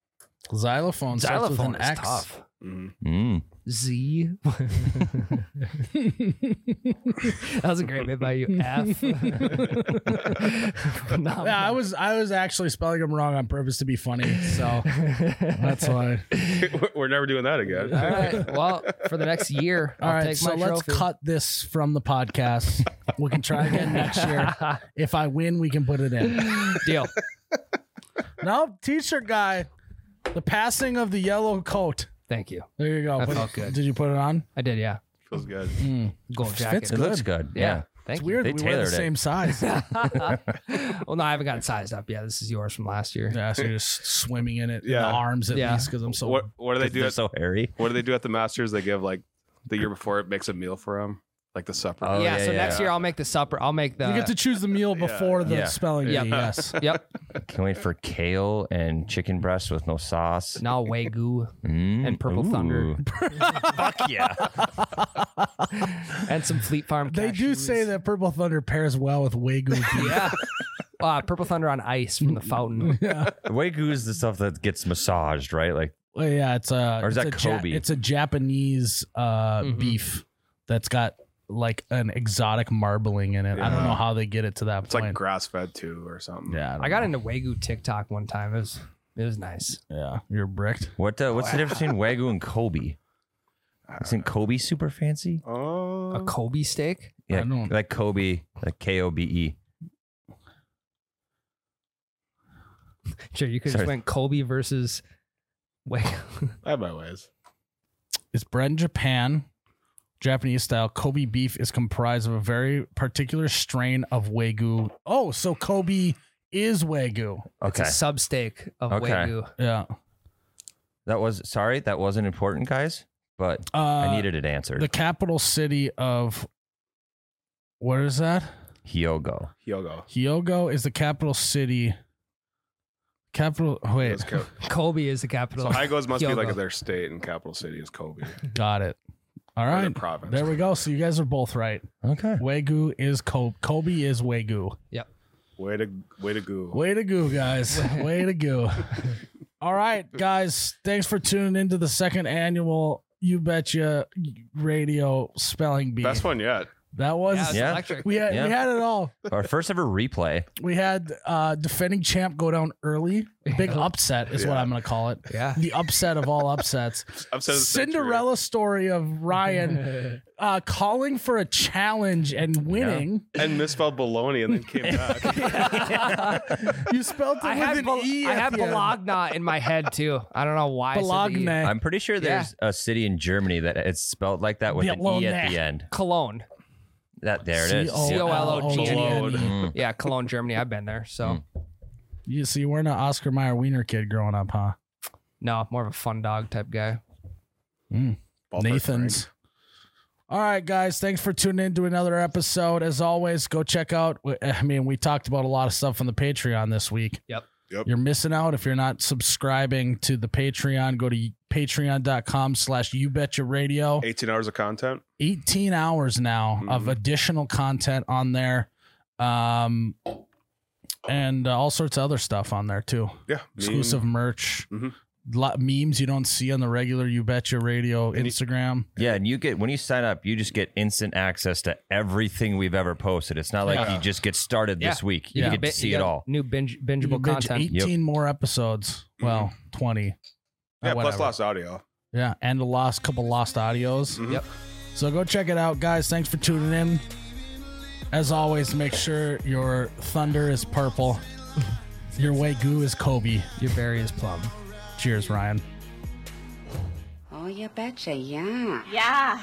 S1: Xylophone. starts with
S2: Xylophone
S1: an
S2: is
S1: X.
S2: tough.
S3: Mhm.
S4: Mm.
S2: Z. that was a great bit by you. F. Phenomenal.
S1: Yeah, I was I was actually spelling him wrong on purpose to be funny. So that's why.
S3: We're- We're never doing that again.
S2: All right. Well, for the next year,
S1: All
S2: I'll
S1: right,
S2: take
S1: so
S2: my
S1: let's
S2: trophy.
S1: cut this from the podcast. we can try again next year. If I win, we can put it in.
S2: Deal.
S1: No, T-shirt guy. The passing of the yellow coat.
S2: Thank you.
S1: There you go.
S2: That
S1: Put-
S2: felt good.
S1: Did you put it on?
S2: I did. Yeah.
S3: Feels good.
S2: Gold jacket.
S1: Fits
S4: It
S1: good.
S4: looks good.
S2: Yeah.
S4: Yeah.
S2: Thank
S1: It's
S2: you.
S1: weird.
S4: They
S1: that we wear the
S4: tailored it.
S1: same size.
S2: well, no, I haven't gotten sized up yet. This is yours from last year.
S1: yeah, so you're just swimming in it. In
S3: Yeah.
S1: the arms at
S2: Yeah.
S1: least because I'm so.
S3: What what do they do?
S4: They're
S3: At,
S4: so hairy.
S3: what do they do at the Masters? They give like the year before it makes a meal for them, like the supper.
S4: Oh,
S2: yeah,
S4: yeah,
S2: So
S4: yeah,
S2: next
S4: yeah.
S2: year I'll make the supper. I'll make the.
S1: you get to choose the meal
S3: Yeah.
S1: before the
S4: Yeah.
S1: spelling
S2: uh, Yeah.
S1: bee. Yes.
S2: Yep.
S4: Can't wait for kale and chicken breast with no sauce.
S2: Now wagyu
S4: Mm.
S2: And Purple Thunder.
S4: Fuck yeah.
S2: and some Fleet Farm.
S1: They do
S2: cashews.
S1: say that Purple Thunder pairs well with Wagyu beef.
S2: Yeah. Uh, Purple Thunder on ice from the fountain.
S4: Wagyu is the stuff that gets massaged, right? Like,
S1: Well, yeah, it's a.
S4: Or is
S1: it's
S4: that
S1: a Ja-
S4: Kobe?
S1: it's a Japanese uh,
S2: Mhm.
S1: beef that's got like an exotic marbling in it. I don't
S3: Yeah.
S1: know how they get it to that
S3: It's
S1: point.
S3: like grass fed too, or something.
S1: yeah, don't
S2: I got
S1: know.
S2: into Wagyu TikTok one time. It was it was nice.
S1: Yeah, you're bricked.
S4: what? Uh, what's the difference between Wagyu and Kobe? Isn't Kobe super fancy?
S3: Oh.
S1: Uh-huh.
S2: A Kobe steak.
S1: I
S4: Yeah,
S1: don't-
S4: like Kobe, like K O B E.
S2: Sure, you could
S4: Sorry.
S2: just went Kobe versus Wagyu.
S3: I have my ways.
S1: It's bred in Japan, Japanese style. Kobe beef is comprised of a very particular strain of Wagyu. Oh, so Kobe is Wagyu.
S2: It's a
S4: Okay,
S2: sub steak of
S4: Okay.
S2: Wagyu.
S1: Yeah.
S4: that was sorry, that wasn't important, guys. but
S1: Uh,
S4: I needed it answered.
S1: the capital city of what is that?
S4: Hyogo.
S3: Hyogo.
S1: Hyogo is the capital city. Capital. Wait,
S3: That's co-
S2: Kobe is the capital.
S3: So Hygos must be like
S2: Hyogo.
S3: their state and capital city is Kobe.
S1: got it. All
S3: Or their
S1: right,
S3: province.
S1: there we go. So you guys are both right.
S4: Okay.
S1: Wagyu is Kobe. Kobe is Wagyu.
S3: Way to way to go.
S1: Way to go, guys. Way to go. All right, guys. Thanks for tuning into the second annual You Betcha Radio Spelling Bee.
S3: Best one yet.
S1: That was.
S2: yeah, it's
S4: Yeah.
S2: electric.
S1: We had
S4: Yeah.
S1: we had it all.
S4: Our first ever replay.
S1: We had uh defending champ go down early. Big upset is what
S3: Yeah.
S1: I'm gonna call it.
S2: Yeah.
S1: The upset of all upsets.
S3: I've said it's the century.
S1: Cinderella story of Ryan uh, calling for a challenge and winning.
S3: and misspelled baloney and then came back.
S1: You spelled it
S2: I
S1: with
S2: have
S1: an
S2: Bol-
S1: E
S2: I
S1: at
S2: have
S1: the end.
S2: Bologna in my head too. I don't know why. I said the E.
S1: Bologna.
S4: I'm pretty sure there's a city in Germany that it's spelled like that with an E at
S1: Bologna.
S4: the end.
S2: Cologne.
S4: That there it is.
S2: C O L O G N E.
S1: C-O-L-O-G-N-E.
S4: Mm.
S2: Yeah, Cologne, Germany. I've been there. So
S4: Hmm.
S1: You see, you weren't an Oscar Mayer Wiener kid growing up, huh?
S2: no, more of a fun dog type guy.
S3: Ballpark
S1: Nathan's. All right, guys. Thanks for tuning in to another episode. As always, go check out. I mean, we talked about a lot of stuff on the Patreon this week.
S2: Yep.
S3: Yep.
S1: You're missing out if you're not subscribing to the Patreon. Go to patreon.com slash you betcha radio.
S3: rank. 18 hours of content.
S1: 18 hours now
S2: Mm-hmm.
S1: of
S3: Mhm.
S1: additional content on there. Um, and uh, all sorts of other stuff on there too.
S3: Yeah. meme.
S1: Exclusive merch.
S3: Mhm.
S1: Lot memes you don't see on the regular You Betcha Radio
S3: Any-
S1: Instagram.
S4: Yeah, and you get when you sign up, you just get instant access to everything we've ever posted. It's not like
S3: Yeah.
S4: you just get started this week. You
S1: Yeah.
S4: get
S2: Bi-
S4: to see
S2: you
S4: it
S2: got
S4: all.
S2: New binge,
S1: You
S2: bingeable
S1: can binge
S2: content.
S1: 18 more episodes.
S3: Mm-hmm.
S1: Well, 20. Uh,
S3: Yeah, plus
S1: whatever.
S3: lost audio.
S1: Yeah, and a lost couple lost audios.
S3: Mhm.
S2: Yep.
S1: So go check it out, guys. Thanks for tuning in. As always, make sure your thunder is purple. Your Wagyu is Kobe.
S2: Your berry is plum.
S1: Cheers, Ryan.
S5: Oh, you betcha, yeah.
S6: Yeah.